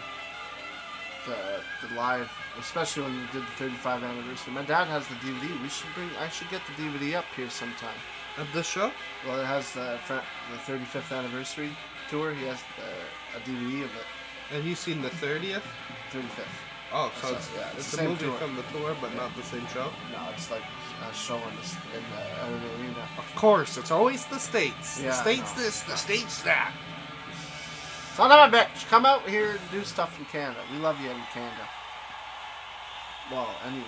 [SPEAKER 3] the, the live, especially when we did the 35 anniversary. My dad has the DVD. We should bring. I should get the DVD up here sometime.
[SPEAKER 2] Of this show?
[SPEAKER 3] Well, it has the fr- the 35th anniversary tour. He has the, a DVD of it.
[SPEAKER 2] Have you seen the 30th?
[SPEAKER 3] 35th.
[SPEAKER 2] Oh,
[SPEAKER 3] That's
[SPEAKER 2] so
[SPEAKER 3] not-
[SPEAKER 2] it's,
[SPEAKER 3] yeah, it's
[SPEAKER 2] it's,
[SPEAKER 3] the
[SPEAKER 2] a
[SPEAKER 3] same
[SPEAKER 2] movie
[SPEAKER 3] tour.
[SPEAKER 2] from the tour, but not the same show?
[SPEAKER 3] No, it's like a show in the, s- in the, in the arena.
[SPEAKER 2] Of course, it's always the states.
[SPEAKER 3] Yeah,
[SPEAKER 2] the states
[SPEAKER 3] no.
[SPEAKER 2] this, the states that.
[SPEAKER 3] Son of a bitch, come out here and do stuff in Canada. We love you in Canada. Well, anyone.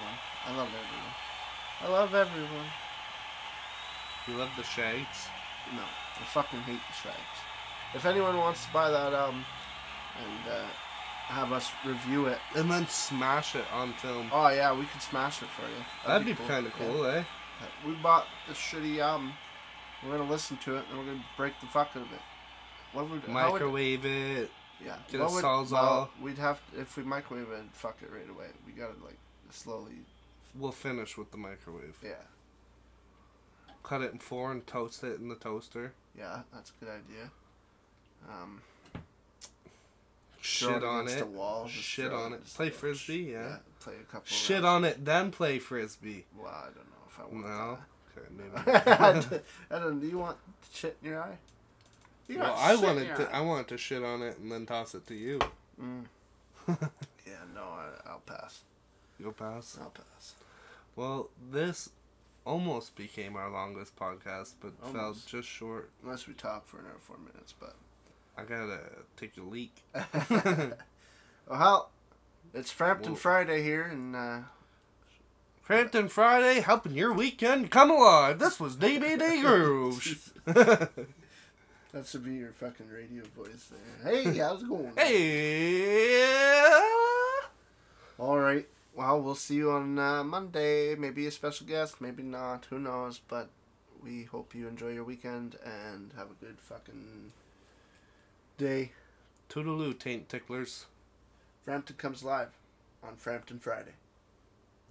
[SPEAKER 3] I love everyone. I love everyone.
[SPEAKER 2] You love the shades?
[SPEAKER 3] No, I fucking hate the Shags. If anyone wants to buy that album and uh, have us review it,
[SPEAKER 2] And then smash it on film.
[SPEAKER 3] oh yeah, we could smash it for you.
[SPEAKER 2] That'd, be, kind of cool, eh?
[SPEAKER 3] Yeah. We bought this shitty album. We're gonna listen to it and we're gonna break the fuck out of it. What would how would-
[SPEAKER 2] Microwave it.
[SPEAKER 3] Yeah.
[SPEAKER 2] Get
[SPEAKER 3] What
[SPEAKER 2] a
[SPEAKER 3] would-
[SPEAKER 2] Sawzall.
[SPEAKER 3] well, we'd have if we microwave it, fuck it right away. We gotta like slowly.
[SPEAKER 2] We'll finish with the microwave.
[SPEAKER 3] Yeah,
[SPEAKER 2] Cut it in four and toast it in the toaster.
[SPEAKER 3] yeah, that's a good idea. Um, throw
[SPEAKER 2] Shit on
[SPEAKER 3] against
[SPEAKER 2] it.
[SPEAKER 3] The wall, just
[SPEAKER 2] Shit
[SPEAKER 3] throw
[SPEAKER 2] on it.
[SPEAKER 3] just
[SPEAKER 2] Play
[SPEAKER 3] throw it.
[SPEAKER 2] frisbee, yeah.
[SPEAKER 3] Play a couple.
[SPEAKER 2] Shit
[SPEAKER 3] rounds.
[SPEAKER 2] on it, then play frisbee.
[SPEAKER 3] Well, I don't know if I want
[SPEAKER 2] No. Okay, maybe.
[SPEAKER 3] that. I don't. You want shit in your eye? You
[SPEAKER 2] well,
[SPEAKER 3] got
[SPEAKER 2] I
[SPEAKER 3] shit in
[SPEAKER 2] wanted
[SPEAKER 3] your
[SPEAKER 2] to. I
[SPEAKER 3] eye.
[SPEAKER 2] wanted to shit on it and then toss it to you.
[SPEAKER 3] Mm. Yeah, no, I, I'll pass.
[SPEAKER 2] You'll pass.
[SPEAKER 3] I'll pass.
[SPEAKER 2] Well, this almost became our longest podcast, but fell
[SPEAKER 3] Almost.
[SPEAKER 2] just short.
[SPEAKER 3] Unless we talk for another four minutes, but.
[SPEAKER 2] I gotta take a leak.
[SPEAKER 3] well, it's Frampton
[SPEAKER 2] Whoa.
[SPEAKER 3] Friday here, and uh,
[SPEAKER 2] Frampton Friday, helping your weekend come alive. This was DBD Grooves.
[SPEAKER 3] that should be your fucking radio voice there. Hey, how's it going?
[SPEAKER 2] hey. uh,
[SPEAKER 3] All right. Well, we'll see you on uh, Monday. Maybe a special guest, maybe not. Who knows? But we hope you enjoy your weekend and have a good fucking day.
[SPEAKER 2] Toodaloo, taint ticklers.
[SPEAKER 3] Frampton comes live on Frampton Friday.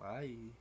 [SPEAKER 2] Bye.